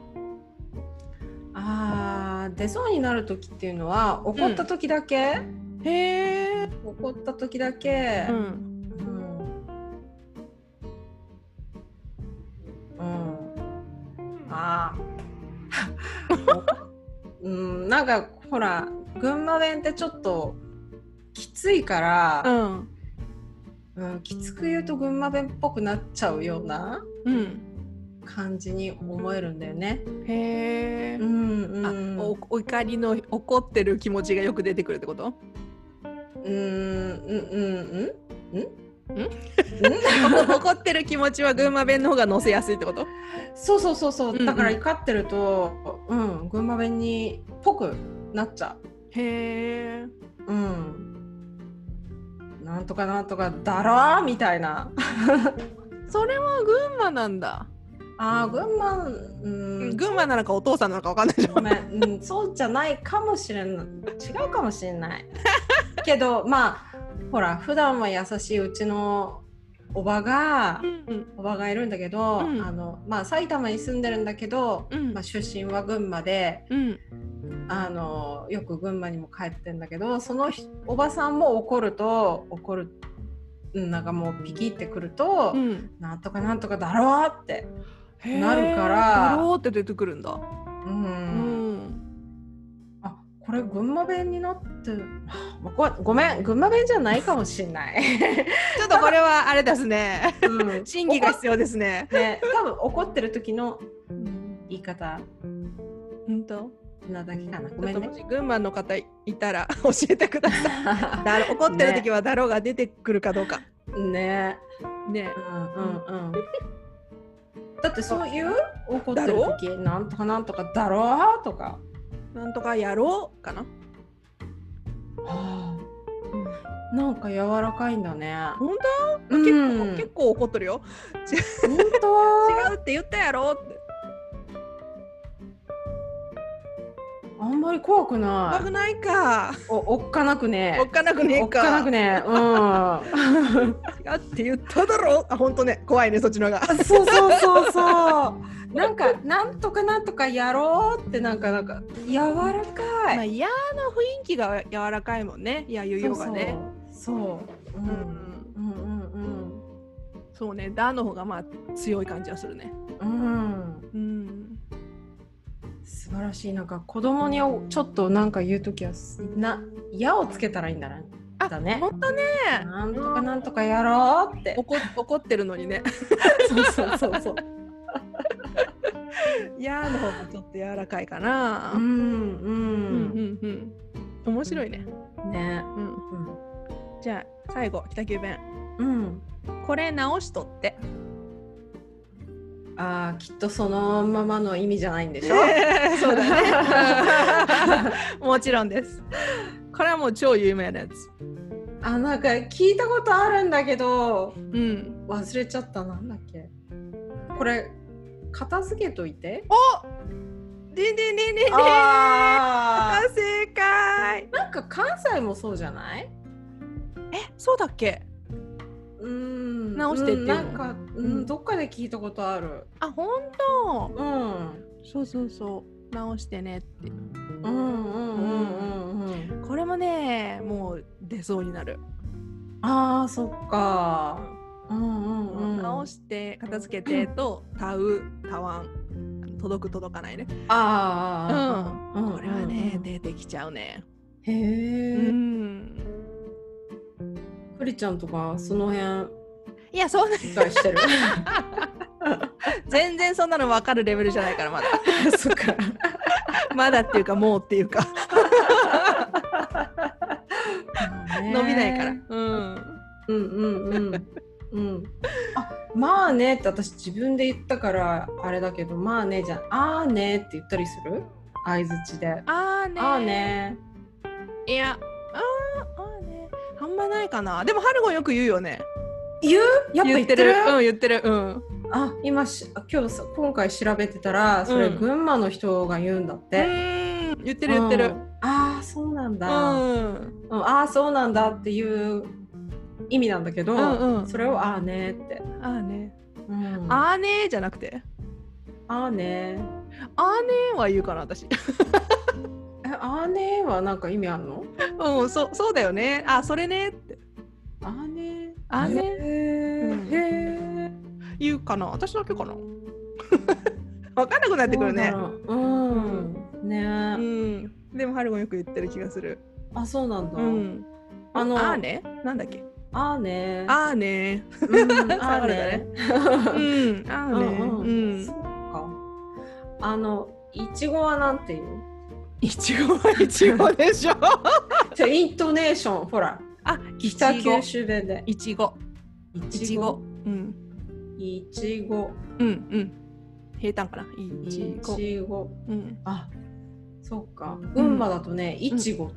Speaker 2: あー出そうになる時っていうのは怒った時だけ、
Speaker 1: へえ、
Speaker 2: 怒った時だけ
Speaker 1: う、ん、
Speaker 2: うんうんあー うん、なんかほら群馬弁ってちょっときついから、
Speaker 1: うん
Speaker 2: うん、きつく言うと群馬弁っぽくなっちゃうような
Speaker 1: うん
Speaker 2: 感じに思えるんだよね。
Speaker 1: へえ、
Speaker 2: うん
Speaker 1: あ
Speaker 2: うん、
Speaker 1: おお怒りの怒ってる気持ちがよく出てくるってこと
Speaker 2: うんうんうんう
Speaker 1: ん
Speaker 2: んん
Speaker 1: 怒ってる気持ちは群馬弁の方が乗せやすいってこと
Speaker 2: そうそうそうそ
Speaker 1: う
Speaker 2: う
Speaker 1: んうん
Speaker 2: だから怒ってると、うん群馬弁にっぽくなっちゃ
Speaker 1: へえ
Speaker 2: う。うんなんとかなんとかだろーみたいな。
Speaker 1: それは群馬なんだ
Speaker 2: あー群馬うん
Speaker 1: 群馬なのかお父さんなのかわかんないでしょ
Speaker 2: ごめん、うん、そうじゃないかもしれない違うかもしれないけどまあほら普段は優しいうちのおばが、
Speaker 1: うん
Speaker 2: おばがいるんだけど、
Speaker 1: うん
Speaker 2: あのまあ、埼玉に住んでるんだけど、
Speaker 1: うん
Speaker 2: まあ、出身は群馬で
Speaker 1: うん
Speaker 2: あのよく群馬にも帰ってんだけどそのひおばさんも怒ると怒るうんなんかもうピキってくると、
Speaker 1: うん
Speaker 2: なんとかなんとかだろうって、
Speaker 1: へー
Speaker 2: なるから
Speaker 1: だろうって出てくるんだ。
Speaker 2: う
Speaker 1: うんん。
Speaker 2: あこれ群馬弁になってはあごごめん群馬弁じゃないかもしんない。
Speaker 1: ちょっとこれはあれですね。
Speaker 2: うん
Speaker 1: 審議が必要ですね。
Speaker 2: ね、多分怒ってる時の言い方
Speaker 1: 本当。
Speaker 2: なだけかな。ご
Speaker 1: ちょ
Speaker 2: め
Speaker 1: っと
Speaker 2: んね
Speaker 1: も。し群馬の方いたら 教えてください。だろ怒ってる時はだろうが出てくるかどうか。
Speaker 2: ね、
Speaker 1: ね
Speaker 2: う。んうんうん。だってそういう怒って
Speaker 1: だ
Speaker 2: る
Speaker 1: ろ
Speaker 2: 時なんとかなんとかだろうとか。
Speaker 1: なんとかやろうかな。
Speaker 2: なんか柔らかいんだね。
Speaker 1: 本当？
Speaker 2: うん
Speaker 1: 結構結構怒ってるよ。
Speaker 2: 本当
Speaker 1: 違うって言ったやろって。
Speaker 2: あんまり怖く
Speaker 1: 怖
Speaker 2: な
Speaker 1: く
Speaker 2: い。
Speaker 1: ないか。
Speaker 2: おおっかなく
Speaker 1: おっ
Speaker 2: ね。
Speaker 1: かなくね
Speaker 2: お
Speaker 1: え
Speaker 2: っかな
Speaker 1: か
Speaker 2: く。ね。うん。
Speaker 1: 違うって言っただろう。あ本当ね。怖いねそっちのが。
Speaker 2: そうそうそうそう。なんかなんとかなんとかやろうってなんかなんか柔らかい。
Speaker 1: まあ嫌な雰囲気が柔らかいもんね。いや言うようがね。
Speaker 2: そうそう。そう。うんうんうん
Speaker 1: そうね。だの方がまあ強い感じはするね。
Speaker 2: うん。うん。
Speaker 1: うん。
Speaker 2: 素晴らしい。なんか子供におちょっとなんか言うときはすな矢をつけたらいいんだな。
Speaker 1: あ
Speaker 2: だね。
Speaker 1: 本当ね。
Speaker 2: なんとかなんとかやろうって。
Speaker 1: 怒怒ってるのにね。
Speaker 2: そうそうそう そう。
Speaker 1: 嫌の方がちょっと柔らかいかな。
Speaker 2: うん
Speaker 1: うんうんうん。面白いね。
Speaker 2: うん。ね。
Speaker 1: うん。じゃあ最後北九弁。
Speaker 2: うん。
Speaker 1: これ直しとって。
Speaker 2: うん。ああきっとそのままの意味じゃないんでしょ。
Speaker 1: そうだね。 もちろんです。これはもう超有名なやつ。
Speaker 2: あなんか聞いたことあるんだけど
Speaker 1: うん。
Speaker 2: 忘れちゃったなんだっけこれ片付けといて
Speaker 1: ででねねね。
Speaker 2: あ
Speaker 1: あ正解。
Speaker 2: なんか関西もそうじゃない
Speaker 1: えそうだっけ？
Speaker 2: うん
Speaker 1: 直してっていううんの
Speaker 2: なんか、う
Speaker 1: うん
Speaker 2: ん、どっかで聞いたことある
Speaker 1: あ本当。
Speaker 2: うん
Speaker 1: そうそうそう。直してねって。
Speaker 2: うんうんうんうんうん
Speaker 1: これもねもう出そうになる。
Speaker 2: あーそっかうんうんうん
Speaker 1: 直して片付けてと「たう」「たわん」「届く」「届かないね。
Speaker 2: あーあーあー、うん
Speaker 1: これはね、
Speaker 2: うん
Speaker 1: 出てきちゃうね。
Speaker 2: へえ、
Speaker 1: うん。
Speaker 2: クリちゃんとかその辺
Speaker 1: いやそんな
Speaker 2: 理解してる
Speaker 1: 全然そんなの分かるレベルじゃないからまだ
Speaker 2: そっか
Speaker 1: まだっていうかもうっていうか伸びないから。うん。
Speaker 2: うんうんうん。うん、あまあねって私自分で言ったからあれだけどまあねじゃんあーねって言ったりする相づちであ
Speaker 1: あーね
Speaker 2: ーね
Speaker 1: いやあーあーねあんまないかなでもハルゴンよく言うよね
Speaker 2: 言うやっぱ言ってる
Speaker 1: うん言ってるうん
Speaker 2: あ今しあ今日さ今回調べてたらそれ
Speaker 1: うん
Speaker 2: 群馬の人が言うんだっ
Speaker 1: う
Speaker 2: て、
Speaker 1: ーん言って
Speaker 2: う
Speaker 1: る言ってる
Speaker 2: んああそうなん
Speaker 1: う
Speaker 2: だ、うん
Speaker 1: ん
Speaker 2: ああそうなんだっていう意味なんだけど、
Speaker 1: うんうん
Speaker 2: それをあーねって、
Speaker 1: あーね
Speaker 2: うん、あ
Speaker 1: あーねじゃなくて
Speaker 2: ーね
Speaker 1: あーねは言うかな私
Speaker 2: えあーねはなんか意味あるの
Speaker 1: うんそうそうだよねあそれねって
Speaker 2: あね
Speaker 1: あね
Speaker 2: へえ
Speaker 1: 言うかな私だけかな わかんなくなってくるね
Speaker 2: うん
Speaker 1: う
Speaker 2: ね
Speaker 1: んでもハルゴンよく言ってる気がする
Speaker 2: あそうなんだ
Speaker 1: うん
Speaker 2: あの
Speaker 1: あーねなんだっけ
Speaker 2: あね
Speaker 1: あーね
Speaker 2: うん
Speaker 1: 下が
Speaker 2: あ
Speaker 1: る
Speaker 2: ね
Speaker 1: うんあ
Speaker 2: う
Speaker 1: ーね
Speaker 2: んうんそっかあのいちごはなんていう
Speaker 1: いちごはいちごでしょ
Speaker 2: じゃイントネーションほら
Speaker 1: あい
Speaker 2: 北
Speaker 1: ちご
Speaker 2: 九州弁で
Speaker 1: いちご
Speaker 2: い
Speaker 1: いちごうん
Speaker 2: いちご
Speaker 1: うんうん平坦かない
Speaker 2: い
Speaker 1: ち
Speaker 2: ち
Speaker 1: ご
Speaker 2: ご
Speaker 1: うん
Speaker 2: あそっか群馬だとねいちご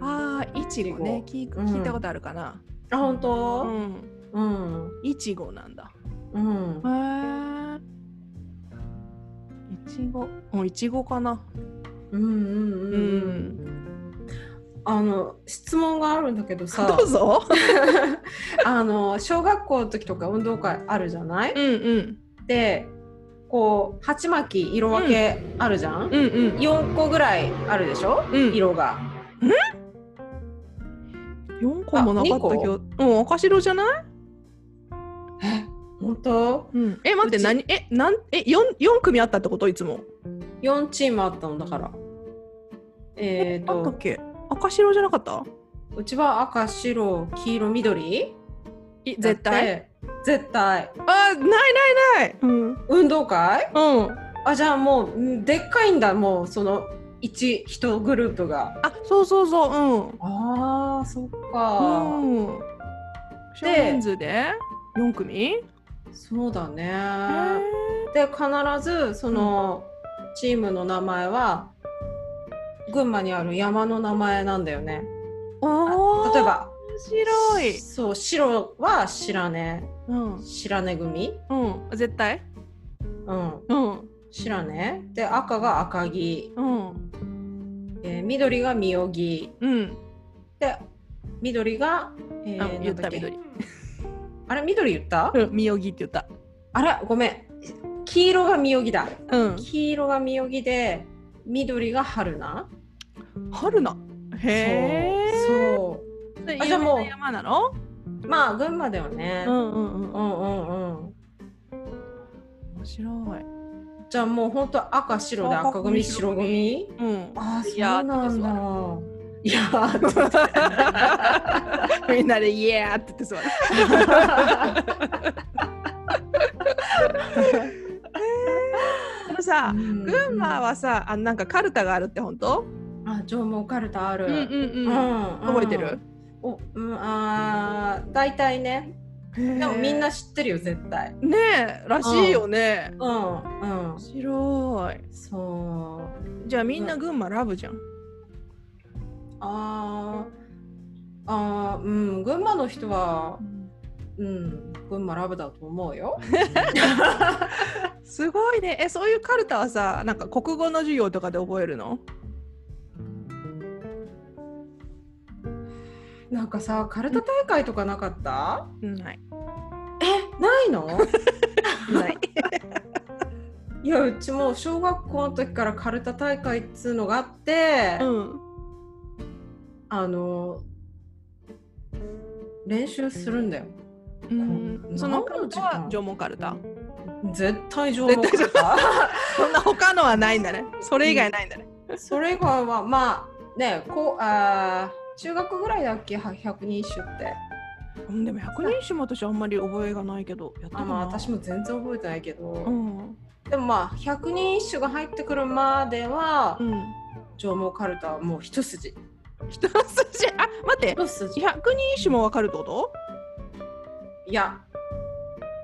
Speaker 1: あーいちごね聞い
Speaker 2: うん
Speaker 1: 聞いたことあるかな
Speaker 2: あ本
Speaker 1: う
Speaker 2: 当
Speaker 1: ん
Speaker 2: うん
Speaker 1: いちごなんだ
Speaker 2: うん
Speaker 1: へえいちごもういちごかな
Speaker 2: うんうんうん
Speaker 1: う
Speaker 2: うん
Speaker 1: ん
Speaker 2: あの質問があるんだけどさ
Speaker 1: どうぞ。
Speaker 2: あの小学校の時とか運動会あるじゃない、
Speaker 1: うんうん
Speaker 2: でこう鉢巻き色分けあるじゃ
Speaker 1: う
Speaker 2: ん、
Speaker 1: んうん
Speaker 2: 4個ぐらいあるでしょ、
Speaker 1: うん
Speaker 2: 色が
Speaker 1: 四個もなかったけど、うん赤白じゃない？
Speaker 2: え本当
Speaker 1: うん、え待って
Speaker 2: うち
Speaker 1: 何えなんえ四四組あったってこといつも？
Speaker 2: 4チームあったのだからえっ、
Speaker 1: あったっ
Speaker 2: と
Speaker 1: け？赤白じゃなかった？
Speaker 2: うちは赤白黄色緑
Speaker 1: い絶対？
Speaker 2: だって絶対
Speaker 1: あないないない。うんうん
Speaker 2: 運動会あじゃあもうんでっかいんだもうその一一グループが
Speaker 1: あそうそうそううん
Speaker 2: あーそっか、
Speaker 1: うん。少人数で四組？
Speaker 2: そうだね、
Speaker 1: へ
Speaker 2: で必ずそのチームの名前は群馬にある山の名前なんだよね。
Speaker 1: お
Speaker 2: あ
Speaker 1: ー
Speaker 2: 例え。ば
Speaker 1: 面白い。
Speaker 2: そう白は白根
Speaker 1: うん
Speaker 2: 白根組、
Speaker 1: うん絶対。
Speaker 2: うん、
Speaker 1: うん
Speaker 2: 白根で赤が赤木、
Speaker 1: うん
Speaker 2: えー緑がみよぎ
Speaker 1: うん。
Speaker 2: で緑が、えー
Speaker 1: あ言
Speaker 2: な
Speaker 1: っ
Speaker 2: ん
Speaker 1: た
Speaker 2: だっけ
Speaker 1: 緑。
Speaker 2: あれ緑言った、
Speaker 1: うんみよぎって言った。
Speaker 2: あらごめん黄色がみよぎだ
Speaker 1: うん。
Speaker 2: 黄色がみよぎで緑が春菜
Speaker 1: 春菜。へえ。
Speaker 2: そうそう
Speaker 1: そう
Speaker 2: あじゃあもう
Speaker 1: 山なの？
Speaker 2: まあ群馬だよね。
Speaker 1: うんうんう
Speaker 2: う
Speaker 1: ん。
Speaker 2: んうんうん。
Speaker 1: 面白い。
Speaker 2: じゃあもう本当赤白で
Speaker 1: 赤
Speaker 2: 赤組
Speaker 1: 白
Speaker 2: 白
Speaker 1: 組
Speaker 2: 組。
Speaker 1: うん。
Speaker 2: ああ
Speaker 1: い
Speaker 2: そ
Speaker 1: や
Speaker 2: うなんだ。いや
Speaker 1: みんなでイエーって言 って座る。あのさ、群馬
Speaker 2: は
Speaker 1: はさ、あなんかカルタがあるって本当？
Speaker 2: あ縄文カルタある。
Speaker 1: ん
Speaker 2: うん
Speaker 1: 覚えてる？？
Speaker 2: おうんあー大体ね。で
Speaker 1: で
Speaker 2: もみんな知ってるよ絶対。
Speaker 1: ねえらしいよね。
Speaker 2: うんうん
Speaker 1: 面。白い。
Speaker 2: そう。
Speaker 1: じゃあみんな群馬ラブじゃん。
Speaker 2: あああーうん群馬の人はうん群馬ラブだと思うよ。
Speaker 1: すごいね。えそういうカルタはさ、なんか国語の授業とかで覚えるの？
Speaker 2: なんかさカルタ大会とかなかった
Speaker 1: ない。
Speaker 2: ないの
Speaker 1: ない。
Speaker 2: いやうちもう小学校の時からカルタ大会っつうのがあって、
Speaker 1: うん。
Speaker 2: あの練習するんだよ
Speaker 1: うん
Speaker 2: こん
Speaker 1: そのカルタ
Speaker 2: 何の時
Speaker 1: は
Speaker 2: 間
Speaker 1: 縄文カルタ。
Speaker 2: 絶対上手
Speaker 1: 絶
Speaker 2: か
Speaker 1: そんな他のはないんだね。それ以外ないんだね。
Speaker 2: った それ以外はまあねこうあー中学ぐらいだっけは百人一首って
Speaker 1: うん、でも百人一首も私あんまり覚えがないけど、やった
Speaker 2: あ
Speaker 1: か
Speaker 2: ま
Speaker 1: な。
Speaker 2: あ私も全然覚えてないけど、
Speaker 1: うん。
Speaker 2: でもまあ百人一首が入ってくるまでは、
Speaker 1: うん。
Speaker 2: 上毛カルタはもう一筋
Speaker 1: 一筋。あ、待って。
Speaker 2: 一筋
Speaker 1: 百人一首もわかるってこと？
Speaker 2: いや、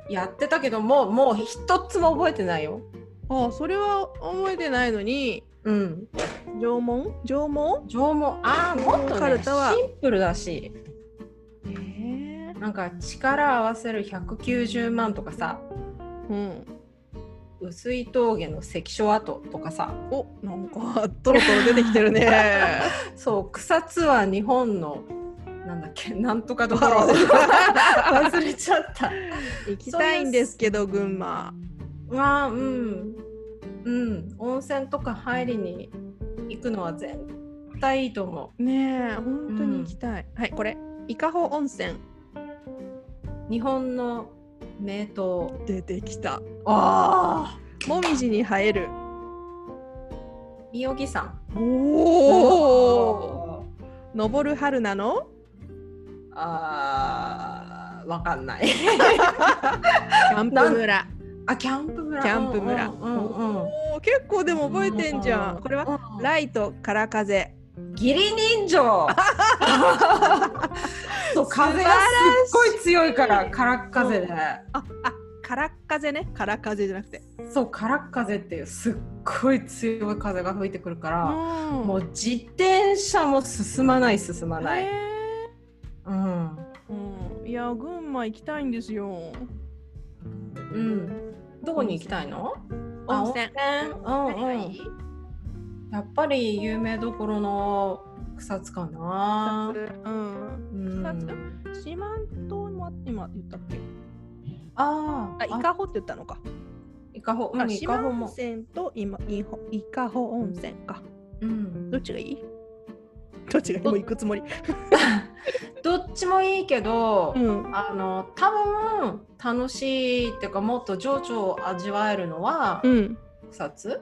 Speaker 2: やってたけどもう、もう一つも覚えてないよ。
Speaker 1: ああ、それは覚えてないのに、
Speaker 2: うん。
Speaker 1: 縄文？縄文？
Speaker 2: 縄文、ああ、もっと、ね、
Speaker 1: カルタは
Speaker 2: シンプルだし、
Speaker 1: へえ。
Speaker 2: なんか力合わせる190万とかさ、
Speaker 1: うん。
Speaker 2: 薄い峠の関所跡とかさ、
Speaker 1: お、なんかトロトロ出てきてる ね。
Speaker 2: そう、草津は日本の、なんだっけ、なんとかところ忘れちゃった。
Speaker 1: 行きたいんですけど群馬。
Speaker 2: まあ、うん。うん、温泉とか入りに行くのは絶対いいと思
Speaker 1: ねえ、本当に行きたい。はい、これ。伊香保温泉
Speaker 2: う。日本の名湯。
Speaker 1: 出てきた。
Speaker 2: ああ、
Speaker 1: もみじに生える。
Speaker 2: みよぎさん。
Speaker 1: おお。登る春なの。
Speaker 2: あーわかんない。
Speaker 1: キャンプ村。
Speaker 2: あ、キャンプ村。
Speaker 1: キャンプ村
Speaker 2: うんうんうん
Speaker 1: おー結構でも覚えてんじゃ。
Speaker 2: うん
Speaker 1: これは
Speaker 2: うん
Speaker 1: ライトから風。
Speaker 2: 義理人 情。そう、風がすっごい強いから、からっ風で。
Speaker 1: あ、あ、から風ね。から風じゃなくて。
Speaker 2: そう、からっ風っていう、すっごい強い風が吹いてくるから。も
Speaker 1: も
Speaker 2: う自転車も進まない、進まない。うん。
Speaker 1: うん。いや群馬行きたいんですよ。
Speaker 2: うん。どこに行きたいの。あ
Speaker 1: 温泉。
Speaker 2: 温泉。うんうん。やっぱり有名どころの草津かな。
Speaker 1: うん、
Speaker 2: うん
Speaker 1: 草津四万十も今言ったっけ
Speaker 2: あ
Speaker 1: あイカホって言ったのか
Speaker 2: イカホ、う
Speaker 1: あ
Speaker 2: ん、イ
Speaker 1: 四
Speaker 2: カ
Speaker 1: 万
Speaker 2: ホ
Speaker 1: 温
Speaker 2: も。
Speaker 1: 泉と今イホイカホ温泉か
Speaker 2: うん
Speaker 1: どっちがいいどっちがいいもう行くつもり
Speaker 2: どっちもいいけど、
Speaker 1: うん
Speaker 2: あの多分楽しいっていうかもっと情緒を味わえるのは
Speaker 1: うん
Speaker 2: 草津、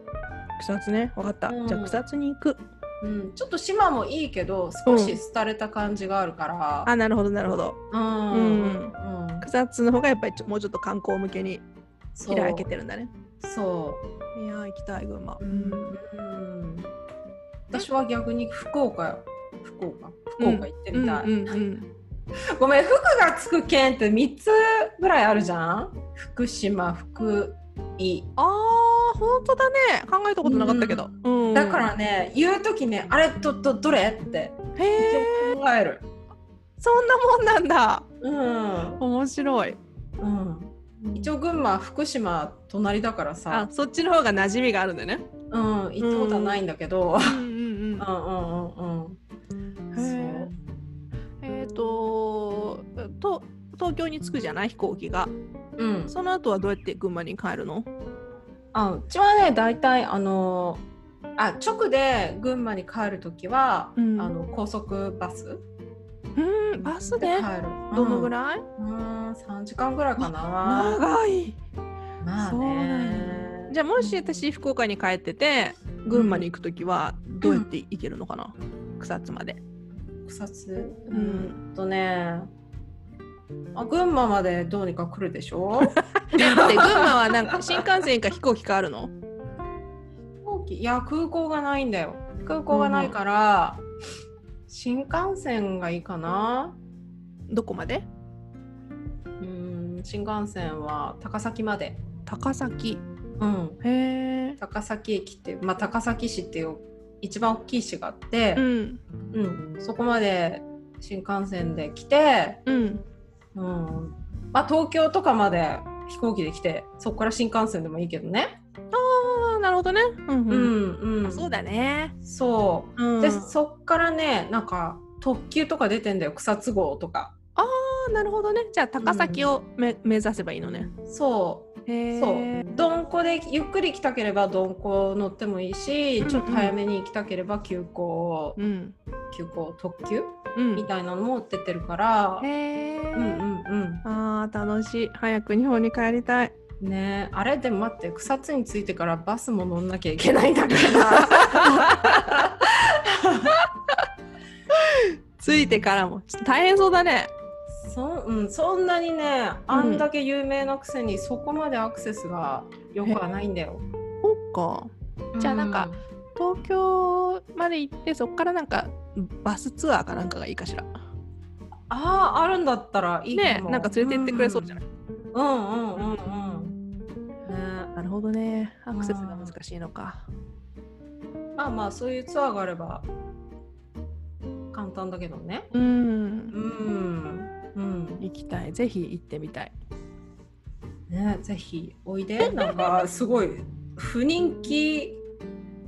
Speaker 1: 草津ねわかった、
Speaker 2: うん
Speaker 1: じゃあ草津に行く
Speaker 2: うん、ちょっと島もいいけど少し廃れた感じがあるから、
Speaker 1: あなるほどなるほど
Speaker 2: うん
Speaker 1: うん
Speaker 2: うん
Speaker 1: 草津の方がやっぱりちょもうちょっと観光向けに
Speaker 2: そう
Speaker 1: 切ら開けてるんだね
Speaker 2: そ
Speaker 1: いやー行きたい群馬
Speaker 2: う、うん、私は逆に福岡福岡福岡行ってみたい、
Speaker 1: うんうん
Speaker 2: ごめん福がつく県って3つぐらいあるじゃん福島福井
Speaker 1: あー本当だね考えたことなかったけど、うん
Speaker 2: だからね言う時ねあれどどどれって
Speaker 1: へえ
Speaker 2: 考える
Speaker 1: そんなもんなんだ
Speaker 2: うん、
Speaker 1: 面白い
Speaker 2: うん、一応群馬福島隣だから
Speaker 1: あ
Speaker 2: さ、
Speaker 1: そっちの方が馴染みがあるんだね
Speaker 2: うん、行ったことはないんだけど、
Speaker 1: うんうん
Speaker 2: うん、うんうんうん
Speaker 1: へーえっ、とと東京に着くじゃない飛行機が
Speaker 2: そううん
Speaker 1: その後はどうやって群馬に帰るの
Speaker 2: あうちはね大体あのあ直で群馬に帰る時は、
Speaker 1: うん
Speaker 2: あの高速バス
Speaker 1: うんバス
Speaker 2: で
Speaker 1: で
Speaker 2: 帰る、
Speaker 1: どのぐ
Speaker 2: い
Speaker 1: らい、
Speaker 2: うん3時間ぐらいかな
Speaker 1: 長い
Speaker 2: まあ
Speaker 1: そう
Speaker 2: ね
Speaker 1: じゃあもし私福岡に帰ってて群馬に行く時はどうやって行けるのかな、草津まで
Speaker 2: 草津
Speaker 1: う
Speaker 2: うんんとねあ群馬までどうにか来るでし ょ
Speaker 1: ね待って群馬はなんか新幹線か飛行機かあるの
Speaker 2: 飛行機いや空港がないんだよ空港がないから、新幹線がいいかな
Speaker 1: どこまで
Speaker 2: うん新幹線は高崎まで
Speaker 1: 高崎
Speaker 2: うん
Speaker 1: へえ
Speaker 2: 高崎駅っていう、まあ、高崎市っていう一番大きい市があって
Speaker 1: う、ん
Speaker 2: うんそこまで新幹線で来て、
Speaker 1: うん
Speaker 2: うんまあ、東京とかまで飛行機で来てそこから新幹線でもいいけどね。
Speaker 1: ああなるほどねうん
Speaker 2: う
Speaker 1: うん、
Speaker 2: んうん
Speaker 1: あそうだね
Speaker 2: そう
Speaker 1: うん
Speaker 2: でそっからねなんか特急とか出てんだよ草津号とか
Speaker 1: あなるほどねじゃあ高崎をめ、目指せばいいのね
Speaker 2: そう
Speaker 1: へ
Speaker 2: そう
Speaker 1: え
Speaker 2: どんこでゆっくり来たければどんこ乗ってもいいし、
Speaker 1: うんうん
Speaker 2: ちょっと早めに来たければ急行
Speaker 1: うん
Speaker 2: 急行特急
Speaker 1: う
Speaker 2: み
Speaker 1: ん
Speaker 2: たいなのも出てるから、
Speaker 1: へえ、
Speaker 2: うんうん
Speaker 1: あー楽しい早く日本に帰りたい
Speaker 2: うんねえあれでも待って草津に着いてからバスも乗んなきゃいけないんだけど
Speaker 1: 着いてからもちょっと大変そうだね
Speaker 2: そ,、うん、そんなにねあんだけ有名なくせに、そこまでアクセスがよくはないんだよ。
Speaker 1: そっかじゃあなんか東京まで行ってそっからなんかバスツアーかなんかがいいかしら
Speaker 2: あああるんだったらいい
Speaker 1: ね
Speaker 2: か
Speaker 1: え
Speaker 2: も
Speaker 1: なんか連れてってくれそうじゃない、
Speaker 2: うんうんうんうんね
Speaker 1: なるほどねアクセスが難しいのか
Speaker 2: まあまあそういうツアーがあれば簡単だけどね
Speaker 1: う
Speaker 2: うんんうん
Speaker 1: 行きたいぜひ行ってみたい
Speaker 2: ねぜひおいでなんかすごい不人気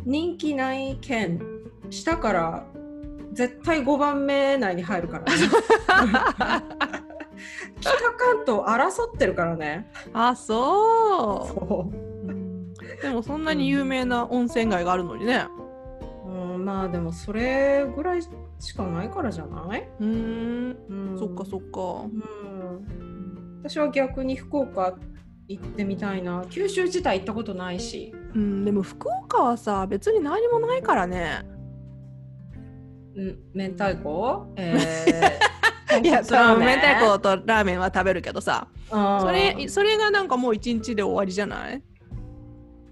Speaker 2: 人気ない県下から絶対5番目内に入 るからね北関東争ってるからね
Speaker 1: あそう
Speaker 2: そう
Speaker 1: でもそんなに有名な温泉街があるのにね
Speaker 2: うん、まあでもそれぐらいしかないからじゃない、
Speaker 1: うーん
Speaker 2: うん、
Speaker 1: そっかそっか
Speaker 2: うん、私は逆に福岡行ってみたいな九州自体行ったことないし、
Speaker 1: うんでも福岡はさ別に何もないからね
Speaker 2: うん、明太子、えー
Speaker 1: いや
Speaker 2: 豚骨ラー
Speaker 1: そう
Speaker 2: メ
Speaker 1: 明
Speaker 2: ン
Speaker 1: 太子とラーメンは食べるけどさ
Speaker 2: うん
Speaker 1: それそれがなんかもう一日で終わりじゃない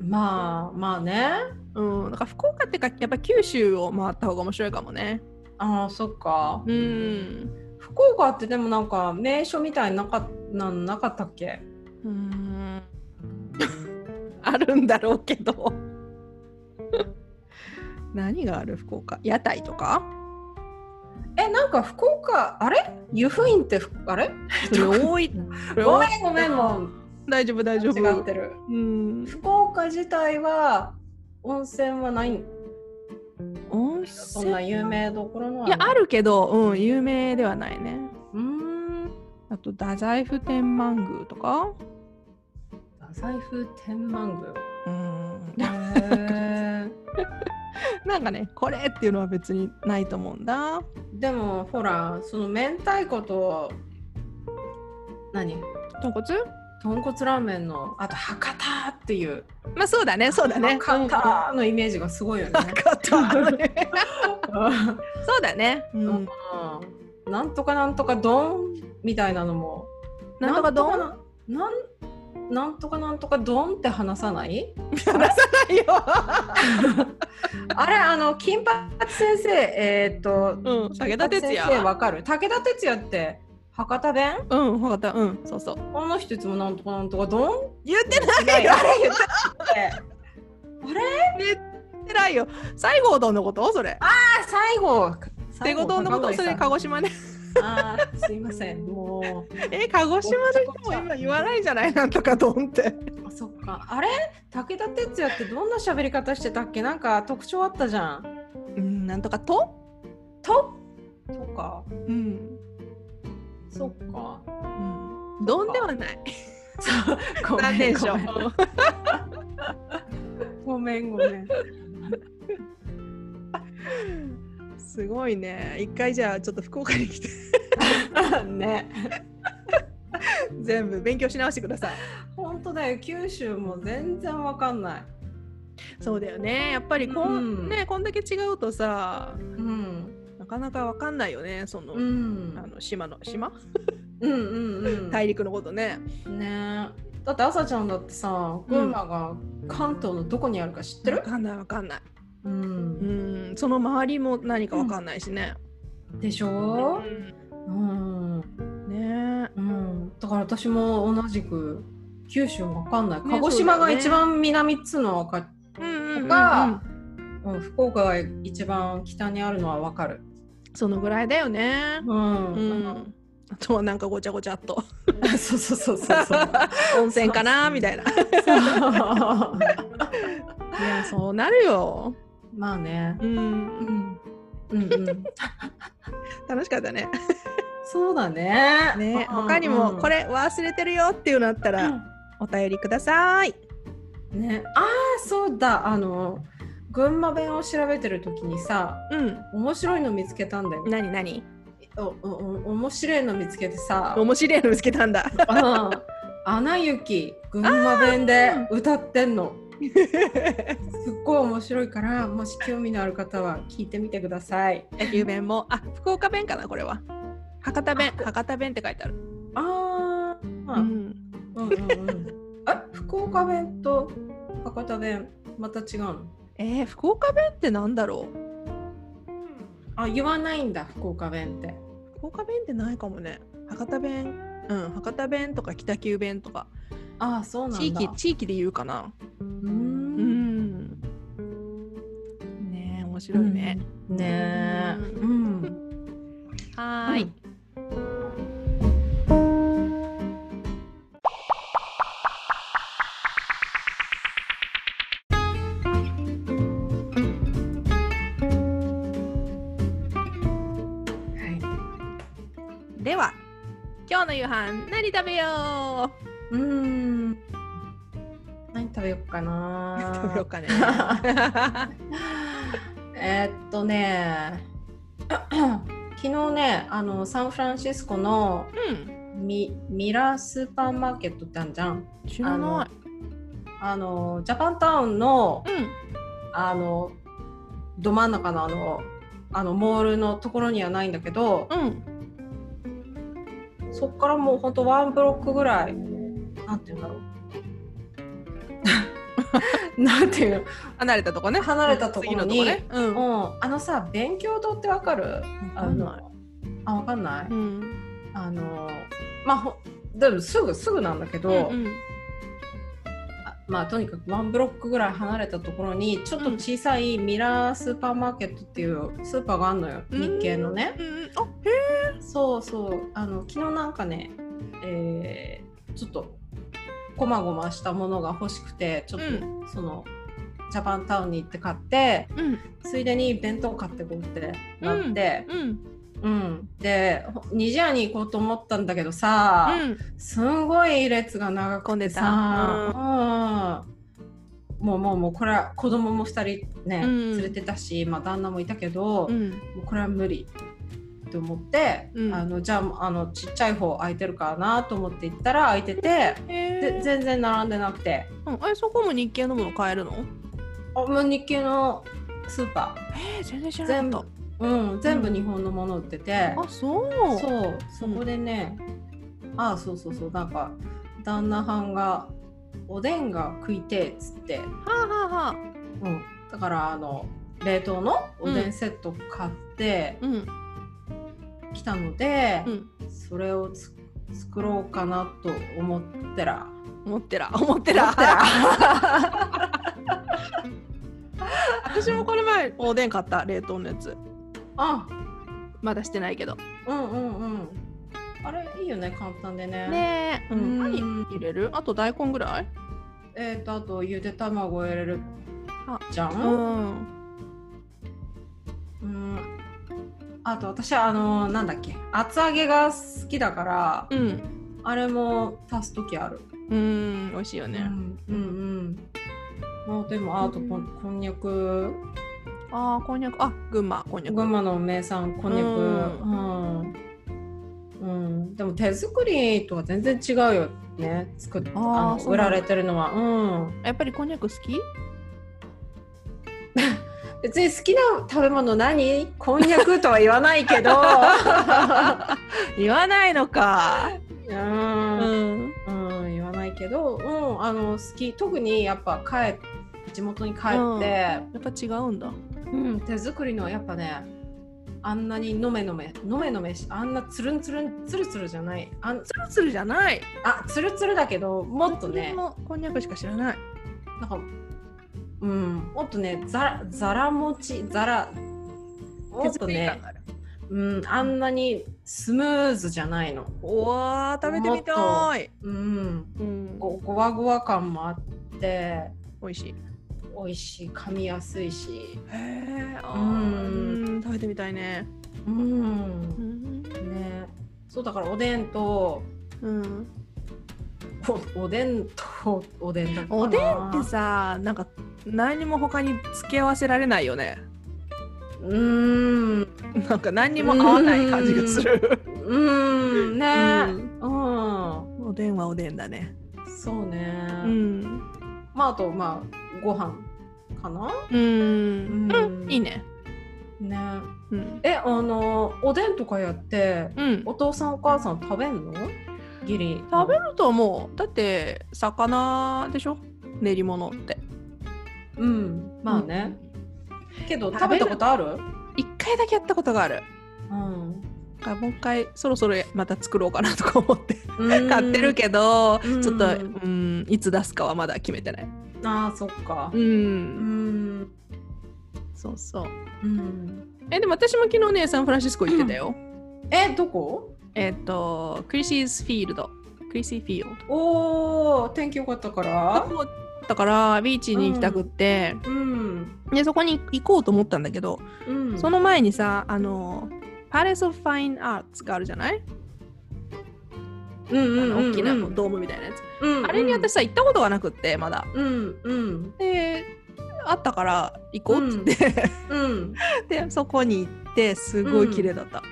Speaker 2: まあまあね
Speaker 1: うん、なんか福岡ってかやっぱ九州を回った方が面白いかもね。
Speaker 2: ああそっか
Speaker 1: うん。
Speaker 2: 福岡ってでもなんか名所みたいなのなかなんなかったっけ
Speaker 1: うん あるんだろうけど。 何がある福岡屋台とか
Speaker 2: えなんか福岡あれ湯布院ってふあれ
Speaker 1: それ多い。
Speaker 2: ごめんごめんもう
Speaker 1: 大丈夫大丈夫。
Speaker 2: 違ってる
Speaker 1: うん。
Speaker 2: 福岡自体は温泉はない
Speaker 1: 温泉
Speaker 2: そんな有名どころの
Speaker 1: いやあるけど、うん、有名ではないね。
Speaker 2: うーん
Speaker 1: あと、太宰府天満宮とか。
Speaker 2: 太宰府天満宮
Speaker 1: うん、
Speaker 2: へー
Speaker 1: なんかね、これっていうのは別にないと思うんだ。
Speaker 2: でもほらその明太子と何
Speaker 1: 豚骨
Speaker 2: 豚骨ラーメンのあと博多っていう
Speaker 1: まあそうだね、そうだね。
Speaker 2: 博多のイメージがすごいよね
Speaker 1: うん。博多ね そうだね。う
Speaker 2: うんん。なんとかなんとか丼みたいなのも
Speaker 1: なんとかどん
Speaker 2: なんなんとかなんとか丼って話さない
Speaker 1: ないよ。
Speaker 2: あれあの金八先生えーっと
Speaker 1: うん、武田鉄
Speaker 2: 金八先生
Speaker 1: 矢。
Speaker 2: わかる武田鉄矢って博多弁
Speaker 1: うん、博多、うん、そうそう。
Speaker 2: この人いつもなんとかなんとか 丼
Speaker 1: 言って
Speaker 2: あ
Speaker 1: ない
Speaker 2: れ
Speaker 1: よ。
Speaker 2: 言ってたっけ
Speaker 1: 言ってないよ。西郷どんのことそれ。
Speaker 2: あ最後
Speaker 1: 西郷どんのことそれ鹿
Speaker 2: か
Speaker 1: 児島ね。
Speaker 2: あーすいませんもう
Speaker 1: え、鹿児島の人も今言わないじゃないなんとかどんって。
Speaker 2: あそっかあれ武田鉄矢ってどんな喋り方してたっけなんか特徴あったじゃん
Speaker 1: うん、なんとかと
Speaker 2: ととか
Speaker 1: うん。
Speaker 2: そっか
Speaker 1: うんどんではない。
Speaker 2: そうご
Speaker 1: なん
Speaker 2: め
Speaker 1: で
Speaker 2: ん
Speaker 1: しょ
Speaker 2: ご
Speaker 1: う
Speaker 2: め。んごめんごめん
Speaker 1: すごいね。一回じゃあちょっと福岡に来て
Speaker 2: ね
Speaker 1: 全部勉強し直してください。
Speaker 2: 本当だよ九州も全然わかんない
Speaker 1: そうだよね。やっぱりこん、
Speaker 2: うん
Speaker 1: ねこんだけ違うとさ、
Speaker 2: うん
Speaker 1: なかなかわかんないよね。その、
Speaker 2: うん
Speaker 1: あの島の島
Speaker 2: うんうんうん
Speaker 1: 大陸のことね。
Speaker 2: ねだって朝ちゃんだってさ群馬が関東のどこにあるか知って
Speaker 1: わ
Speaker 2: る、
Speaker 1: かんないわかんない。
Speaker 2: う、
Speaker 1: うんん、その周りも何かわかんないしね。
Speaker 2: でし
Speaker 1: う
Speaker 2: ょ
Speaker 1: ん
Speaker 2: うん、
Speaker 1: ね
Speaker 2: うん、だから私も同じく九州わかんない
Speaker 1: ね
Speaker 2: 鹿児島が
Speaker 1: そうだよね
Speaker 2: 一番南っつうのは分か
Speaker 1: え。うんうんうんう
Speaker 2: る
Speaker 1: ん
Speaker 2: とか、うん福岡が一番北にあるのはわかる
Speaker 1: そのぐらいだよね。
Speaker 2: う
Speaker 1: う
Speaker 2: ん、
Speaker 1: ん。あとはなんかごちゃごちゃっと
Speaker 2: そうそうそうそうそう
Speaker 1: 温泉かなみたいな。い
Speaker 2: そう
Speaker 1: やそうなるよ。
Speaker 2: まあね
Speaker 1: うん。
Speaker 2: うんうんうん
Speaker 1: 楽しかったね。
Speaker 2: そうだね
Speaker 1: ね、他にもこ
Speaker 2: れ
Speaker 1: れ忘れてるよっていうのあったらお便りください。
Speaker 2: ね、ああそうだあの群馬弁を調べてる時にさ
Speaker 1: うん。
Speaker 2: 面白いの見つけたんだよ、
Speaker 1: なになに。
Speaker 2: おおお面白いの見つけてさ
Speaker 1: 面白いの見つけたんだ。
Speaker 2: 「うんアナ雪」群馬弁で歌ってんのすっごい面白いからもし興味のある方は聞いてみてください
Speaker 1: 野球弁も、あ、福岡弁かな、これは。博多弁、博多弁って書いてある。
Speaker 2: あー、
Speaker 1: う
Speaker 2: うん、
Speaker 1: ん。
Speaker 2: うんうんうんあ福岡弁と博多弁また違うの
Speaker 1: えー、福岡弁ってなんだろう。
Speaker 2: あ言わないんだ福岡弁って
Speaker 1: 福岡弁ってないかもね。博多弁。うん、博多弁とか北九弁とか
Speaker 2: ああそうなんだ
Speaker 1: 地域地域で言うかな
Speaker 2: う
Speaker 1: う
Speaker 2: ー
Speaker 1: んんねえ面白いね、
Speaker 2: ねえ、うん、
Speaker 1: はーい、
Speaker 2: は
Speaker 1: では今日の夕飯何食べよう
Speaker 2: い、うん、何食べようかな。
Speaker 1: 食べよう かね
Speaker 2: えーっとね、 昨日ね、あのサンフランシスコの
Speaker 1: うん
Speaker 2: ミミラースーパーマーケットってあるじゃん。
Speaker 1: 知らない
Speaker 2: あのジャパンタウンの
Speaker 1: うん
Speaker 2: あのど真ん中のあのあのモールのところにはないんだけど、
Speaker 1: うん
Speaker 2: そっからもうほんとワンブロックぐらいなんて言うんだろう なんていう
Speaker 1: 離れたとこね
Speaker 2: 離れたところに
Speaker 1: 次のとこねうん
Speaker 2: の、うん、あのさ勉強堂ってわかるあのあわかんない、
Speaker 1: うん
Speaker 2: あのまあほでもすぐすぐなんだけど、
Speaker 1: うんうん
Speaker 2: あまあとにかくワンブロックぐらい離れたところにちょっと小さいミラースーパーマーケットっていうスーパーがあるのよ、
Speaker 1: うん
Speaker 2: 日系のね
Speaker 1: うんうんあへえ
Speaker 2: そうそうあの昨日なんかね、えーちょっとこまごましたものが欲しくてちょっ
Speaker 1: う
Speaker 2: とその、ジャパンタウンに行って買って
Speaker 1: うん
Speaker 2: ついでに弁当買ってこうってなって、
Speaker 1: うん
Speaker 2: うんでほニジェアに行こうと思ったんだけどさ、すんごい列が長くてさ、うんもうもうもうこれは子供も2人ね、
Speaker 1: うん
Speaker 2: 連れてたし、まあ、旦那もいたけど、
Speaker 1: う
Speaker 2: も
Speaker 1: ん
Speaker 2: うこれは無理と思って、
Speaker 1: うん
Speaker 2: あのじゃああのちっちゃい方空いてるかなと思って行ったら空いてて、
Speaker 1: へ
Speaker 2: で
Speaker 1: え
Speaker 2: 全然並んでなくて
Speaker 1: うんあれそこも日系のもの買えるの
Speaker 2: あもう日系のスーパ
Speaker 1: えー、全然知ら
Speaker 2: 全
Speaker 1: な
Speaker 2: 部
Speaker 1: かっ
Speaker 2: うん、全部日本のもの売ってて、
Speaker 1: たあそう
Speaker 2: そうそこでね、ああそうそうそうなんか旦那はんがおでんが食いてえっつって、
Speaker 1: はあはあはあ
Speaker 2: うん、だからあの冷凍のおでんセット買って
Speaker 1: うん
Speaker 2: きたので
Speaker 1: う、ん
Speaker 2: それをつ作ろうかなと思ってら
Speaker 1: 思って ら思って
Speaker 2: 思
Speaker 1: ら
Speaker 2: ってら
Speaker 1: 私もこの前おでん買った冷凍のやつ
Speaker 2: あ
Speaker 1: まだしてないけど
Speaker 2: うんうんうんあれいいよね簡単でね
Speaker 1: ねえ、う
Speaker 2: うん
Speaker 1: ん、何入れるあと大根ぐらい
Speaker 2: えー、とあとゆで卵入れる
Speaker 1: あ
Speaker 2: じゃ、
Speaker 1: うんん
Speaker 2: うん、あと私はあのなんだっけ厚揚げが好きだから、
Speaker 1: うん
Speaker 2: あれも足す時ある
Speaker 1: うん美味しいよ
Speaker 2: う
Speaker 1: ね、
Speaker 2: んうんうんもうでもあとこ,、
Speaker 1: うん
Speaker 2: こんにゃく
Speaker 1: ああこんにゃくあ群馬こんにゃく
Speaker 2: 群馬の名産こんにゃくうん、うんでも手作りとは全然違うよね作っ
Speaker 1: あー
Speaker 2: あの
Speaker 1: そう
Speaker 2: 売
Speaker 1: なんだ
Speaker 2: られてるのはうん
Speaker 1: やっぱりこんにゃく好き
Speaker 2: 別に好きな食べ物何こんにゃくとは言わない けど
Speaker 1: 言わないのか
Speaker 2: うん
Speaker 1: うん
Speaker 2: うん、言わないけど、うん、あの好き特にやっぱ帰地元に帰って、
Speaker 1: やっぱ違うんだ
Speaker 2: うん手作りのやっぱねあんなにのめのめのめのめしあんなつるんつるんつるつるじゃないあん
Speaker 1: ツルツルじゃない
Speaker 2: あつるつるだけどもっとね
Speaker 1: もこんにゃくしか知らない
Speaker 2: なんか、うん、もっとねざらざらもちざらもっとね、うん、あんなにスムーズじゃないの、
Speaker 1: おー食べてみたい
Speaker 2: うん、
Speaker 1: うん
Speaker 2: ごごわごわ感もあって
Speaker 1: 美味しい
Speaker 2: 美味しい噛みやすいし。
Speaker 1: へえ
Speaker 2: うん
Speaker 1: うん食べてみたいね
Speaker 2: うん
Speaker 1: ん
Speaker 2: ねそうだからおでんと
Speaker 1: うん
Speaker 2: おおでんとおでんだったな
Speaker 1: おでんってさなんか何も他に付け合わせられないよね
Speaker 2: うーん
Speaker 1: なんか何にも合わない感じがする
Speaker 2: うーんねうん、
Speaker 1: おでんはおでんだね
Speaker 2: そうね、
Speaker 1: うん
Speaker 2: まああとまあご飯かな
Speaker 1: うん
Speaker 2: うん
Speaker 1: いいね
Speaker 2: ね
Speaker 1: うん
Speaker 2: えあのおでんとかやって
Speaker 1: うん
Speaker 2: お父さんお母さん食べんのギリ
Speaker 1: 食べると思うだって魚でしょ練り物って
Speaker 2: うんまあね、けど
Speaker 1: 食べ
Speaker 2: 食べ
Speaker 1: る
Speaker 2: たことある
Speaker 1: 一回だけやったことがある
Speaker 2: うん
Speaker 1: だからもう一回そろそろまた作ろうかなとか思って
Speaker 2: うん
Speaker 1: 買ってるけど
Speaker 2: うん
Speaker 1: ちょっとうんいつ出すかはまだ決めてない
Speaker 2: あーそっか
Speaker 1: う
Speaker 2: うんん
Speaker 1: そうそう
Speaker 2: うん
Speaker 1: えでも私も昨日ねサンフランシスコ行ってたよ
Speaker 2: えどこ
Speaker 1: えっとクリシーズフィールドクリシーフィールド
Speaker 2: おー天気良かったから
Speaker 1: だからビーチに行きたくって、
Speaker 2: うん、
Speaker 1: でそこに行こうと思ったんだけど、
Speaker 2: うん、
Speaker 1: その前にさあのパレス・オブ・ファイン・アーツがあるじゃない、
Speaker 2: うんうんうん
Speaker 1: あの大きなこう
Speaker 2: うん
Speaker 1: ドームみたいなやつ、
Speaker 2: うん
Speaker 1: あれに私さ行ったことがなくってまだ
Speaker 2: うんうん
Speaker 1: であったから行こうっつって、
Speaker 2: うん
Speaker 1: でそこに行ってすごい綺麗だった、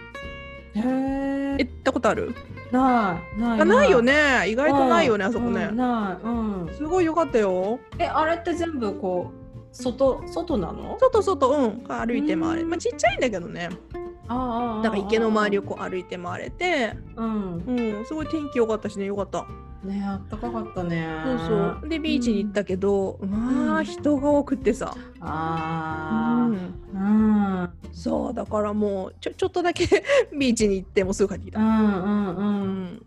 Speaker 2: へえ
Speaker 1: 行ったことある
Speaker 2: ないない
Speaker 1: あないよね意外とないよね、
Speaker 2: うん
Speaker 1: あそこね、
Speaker 2: うんないうん
Speaker 1: すごい良かったよ
Speaker 2: えあれって全部こう外外なの
Speaker 1: 外外うん歩いて回れ、
Speaker 2: うん
Speaker 1: まあ、ちっちゃいんだけどね
Speaker 2: ああ
Speaker 1: だから池の周りをこう歩いて回れて
Speaker 2: うん
Speaker 1: うんすごい天気良かったしね良かった
Speaker 2: ねあったかかったね
Speaker 1: そうそうでビーチに行ったけど、まあ人が多くてさ、
Speaker 2: あ
Speaker 1: う
Speaker 2: ー
Speaker 1: ん
Speaker 2: うんうん
Speaker 1: そうだからもうちょちょっとだけ ビーチに行ってもうすぐ帰ってき
Speaker 2: う
Speaker 1: た、
Speaker 2: んう
Speaker 1: うん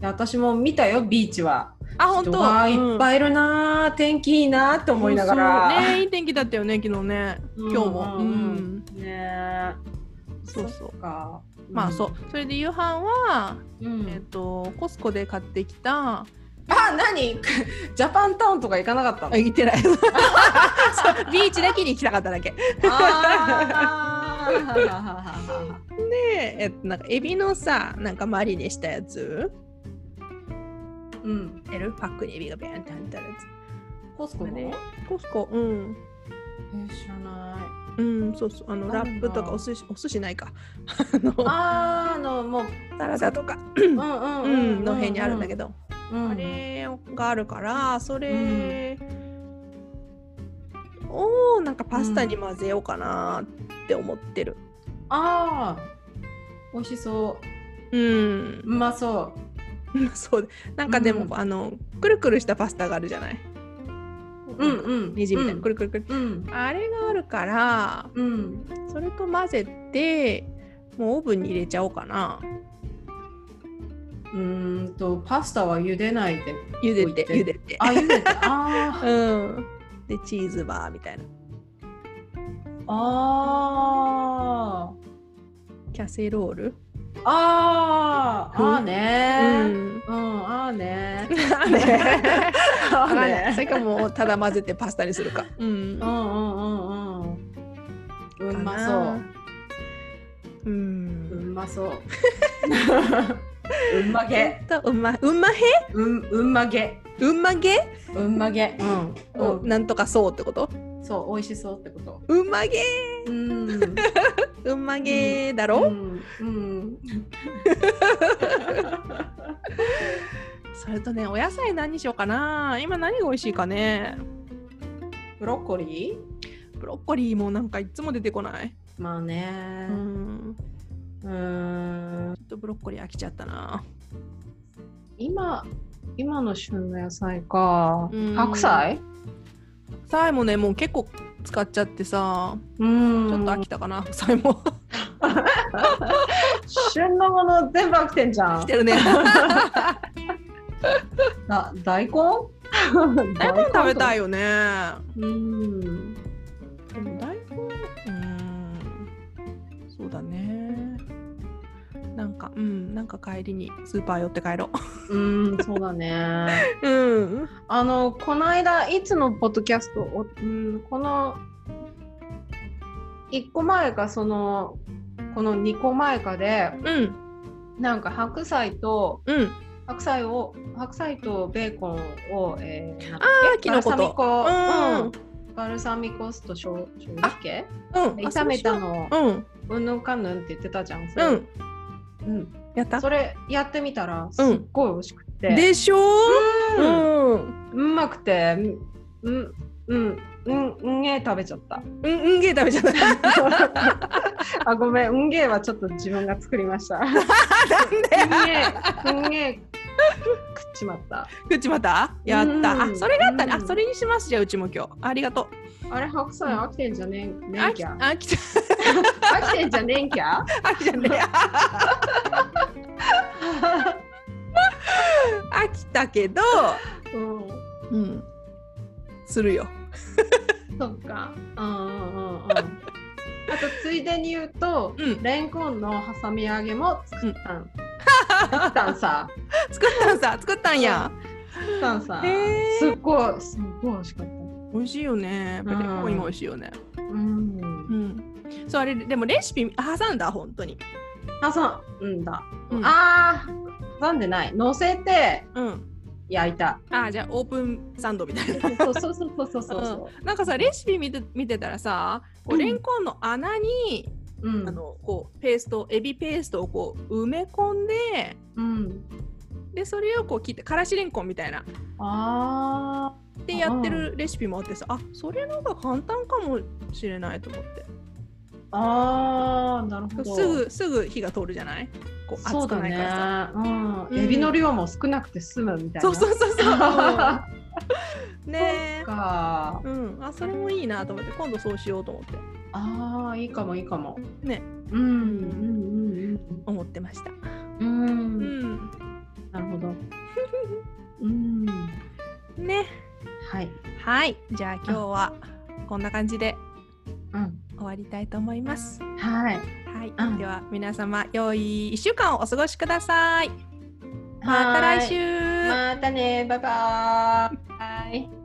Speaker 2: で私も見たよビーチは
Speaker 1: あ本
Speaker 2: 人
Speaker 1: 当
Speaker 2: がいっ
Speaker 1: い
Speaker 2: ぱいいるなあ、天気いいなあって思いな
Speaker 1: そ
Speaker 2: が
Speaker 1: うそう
Speaker 2: ら。
Speaker 1: ねいい天気だったよね昨日ね
Speaker 2: うん
Speaker 1: 今日も、
Speaker 2: う
Speaker 1: う
Speaker 2: ん
Speaker 1: ん
Speaker 2: ねえ
Speaker 1: そうそう
Speaker 2: っか。
Speaker 1: まあそうそれで夕飯は、
Speaker 2: うん。
Speaker 1: えっとコスコで買ってきた
Speaker 2: あ何 ジャパンタウンとか行かなかったの
Speaker 1: あ行ってない そうビーチだけに行きたかっただけ
Speaker 2: あー
Speaker 1: でえっとなんかエビのさなんかマリネしたやつ
Speaker 2: うん
Speaker 1: エルパックにエビがビャンって入ってあるやつ
Speaker 2: コスコの、
Speaker 1: ねコスコうん
Speaker 2: えー知らない
Speaker 1: うんそうそうあの
Speaker 2: あ
Speaker 1: ラ
Speaker 2: るな
Speaker 1: ップとかお寿司お寿司ないか あの
Speaker 2: あーあのもう
Speaker 1: サラダとか、
Speaker 2: うんうん
Speaker 1: う
Speaker 2: うんうん
Speaker 1: ん、の辺にあるんだけど、
Speaker 2: ど、うん
Speaker 1: あれがあるからそれをなんかパスタに混ぜようかなって思ってる
Speaker 2: ああ美味しそ
Speaker 1: うん
Speaker 2: ううまそう
Speaker 1: うん そうなんかでも、
Speaker 2: うん
Speaker 1: あのくるくるしたパスタがあるじゃない
Speaker 2: うんうん
Speaker 1: ネジみたいな、く
Speaker 2: れ
Speaker 1: るくるくる
Speaker 2: うん
Speaker 1: あれがあるから
Speaker 2: うん
Speaker 1: それと混ぜてもうオーブンに入れちゃおうかな
Speaker 2: うーんとパスタは茹でないで
Speaker 1: 茹でて
Speaker 2: 置
Speaker 1: 茹
Speaker 2: いて
Speaker 1: でて
Speaker 2: あ茹でてあー
Speaker 1: うんでチーズバーみたいな
Speaker 2: あー
Speaker 1: キャセロール
Speaker 2: あーあーね
Speaker 1: ん
Speaker 2: ーうんあーねー
Speaker 1: あ れ
Speaker 2: あ
Speaker 1: わかんないそれかもうただ混ぜてパスタにするか。うん
Speaker 2: う。んうんうんうんうまそう
Speaker 1: う。
Speaker 2: うんまそううんまげ
Speaker 1: とうまうんまへ
Speaker 2: うんうんまげ
Speaker 1: うんまげ、
Speaker 2: うんまげうん、
Speaker 1: おなんとかそうってこと
Speaker 2: そう美味しそうってこと
Speaker 1: うんまげ
Speaker 2: うん
Speaker 1: うんまげだろ、
Speaker 2: うん、うん、
Speaker 1: それとねお野菜何にしようかな今何が美味しいかね
Speaker 2: ブロッコリー
Speaker 1: ブロッコリーもなんかいつも出てこない
Speaker 2: まあ
Speaker 1: う
Speaker 2: ね
Speaker 1: ん
Speaker 2: うーん
Speaker 1: ちょっとブロッコリー飽きちゃったな
Speaker 2: 今今の旬の野菜か
Speaker 1: うん
Speaker 2: 白菜
Speaker 1: 白菜もねもう結構使っちゃってさ
Speaker 2: うん
Speaker 1: ちょっと飽きたかな白 菜も
Speaker 2: 旬のもの全部飽きてんじ
Speaker 1: 飽
Speaker 2: ゃ
Speaker 1: き
Speaker 2: ん
Speaker 1: て るね
Speaker 2: だ 大根
Speaker 1: 大根食べた
Speaker 2: い
Speaker 1: いよね
Speaker 2: うん
Speaker 1: でも大根うーんそうだねなんかうんなんか帰りにスーパー寄って帰ろ
Speaker 2: うんそうだ ね
Speaker 1: ううん
Speaker 2: あのこの間いつのポッドキャストおうんこの1個前かそのこの2個前かで
Speaker 1: うん
Speaker 2: なんか白菜と
Speaker 1: うん
Speaker 2: 白菜を白菜とベーコンを、えー、
Speaker 1: あーキノコと
Speaker 2: バルサミコ、
Speaker 1: う
Speaker 2: うん、バルサミコ酢としょう醤油系
Speaker 1: んうん
Speaker 2: 炒めたの
Speaker 1: あそうしよううん
Speaker 2: うんぬんかんぬんって言ってたじゃんそれ,、
Speaker 1: うん
Speaker 2: うん、
Speaker 1: やった
Speaker 2: それやってみたらすっごい美味しくて、
Speaker 1: でしょう
Speaker 2: うん
Speaker 1: んうん
Speaker 2: うまくて、うん、うん、うん、うんげー食べちゃった。
Speaker 1: うんげー食べちゃった なん
Speaker 2: あ、ごめん、うんげーはちょっと自分が作りました。うんげ
Speaker 1: で
Speaker 2: ー、うんげー、食っちまった。
Speaker 1: うちまたやった
Speaker 2: う
Speaker 1: あ
Speaker 2: ん
Speaker 1: それがあったね
Speaker 2: う
Speaker 1: あ
Speaker 2: ん
Speaker 1: それにしますじゃあうちも今日ありがと
Speaker 2: あれ、白菜飽きてんじゃねん、
Speaker 1: う
Speaker 2: ね
Speaker 1: あ
Speaker 2: ん
Speaker 1: き
Speaker 2: きゃ。
Speaker 1: あきちゃ
Speaker 2: 飽きてんじゃねんきゃ。
Speaker 1: あきちゃ ね飽きたけど
Speaker 2: うん、
Speaker 1: うんするよ
Speaker 2: そっか。うん、うん、うん、うん。あと、ついでに言うと。
Speaker 1: うん
Speaker 2: レンコンの挟み揚げも作ったん。作ったんさ。
Speaker 1: 作ったんさ作ったんや、
Speaker 2: 作ったんさ
Speaker 1: へー。
Speaker 2: すっごい、すっごい美味しかった。
Speaker 1: 美味しいよねやっぱりレンコン今美味しいよね
Speaker 2: うん
Speaker 1: うんそうあれでもレシピ挟んだ本当に
Speaker 2: 挟んだ、
Speaker 1: うん
Speaker 2: あー挟んでない乗せて
Speaker 1: うん
Speaker 2: 焼いた
Speaker 1: あじゃあオープンサンドみたいな
Speaker 2: そうそうそうそうそうそ
Speaker 1: なんかさレシピ見て見てたらさこう
Speaker 2: うん
Speaker 1: レンコンの穴に、
Speaker 2: ううん
Speaker 1: あのこうペーストエビペーストをこう埋め込んで
Speaker 2: うん
Speaker 1: でそれをこう切ってからしレンコンみたいな
Speaker 2: あ
Speaker 1: でやってるレシピもあってさあそれの方が簡単かもしれないと思って
Speaker 2: ーあーなるほど
Speaker 1: すぐすぐ火が通るじゃないこう
Speaker 2: そ
Speaker 1: 熱く
Speaker 2: うだ
Speaker 1: ない
Speaker 2: ね
Speaker 1: からさ。
Speaker 2: うん
Speaker 1: うん
Speaker 2: エビの量も少なくて済むみたいな
Speaker 1: そうそううそう そう。うんねえ。
Speaker 2: か
Speaker 1: うん、あそれもいいなと思って今度そうしようと思って
Speaker 2: あーいいかもいいかも
Speaker 1: ね
Speaker 2: うんうん
Speaker 1: 思ってました。
Speaker 2: うんうん
Speaker 1: う
Speaker 2: うん
Speaker 1: ん、
Speaker 2: なるほど うん
Speaker 1: ね
Speaker 2: はい
Speaker 1: はいじゃあ今日はこんな感じで
Speaker 2: うん
Speaker 1: 終わりたいと思います。
Speaker 2: はい
Speaker 1: はい、
Speaker 2: うん
Speaker 1: では皆様良い1週間をお過ごしください。また来
Speaker 2: はーい
Speaker 1: 週
Speaker 2: またねバイバーイ。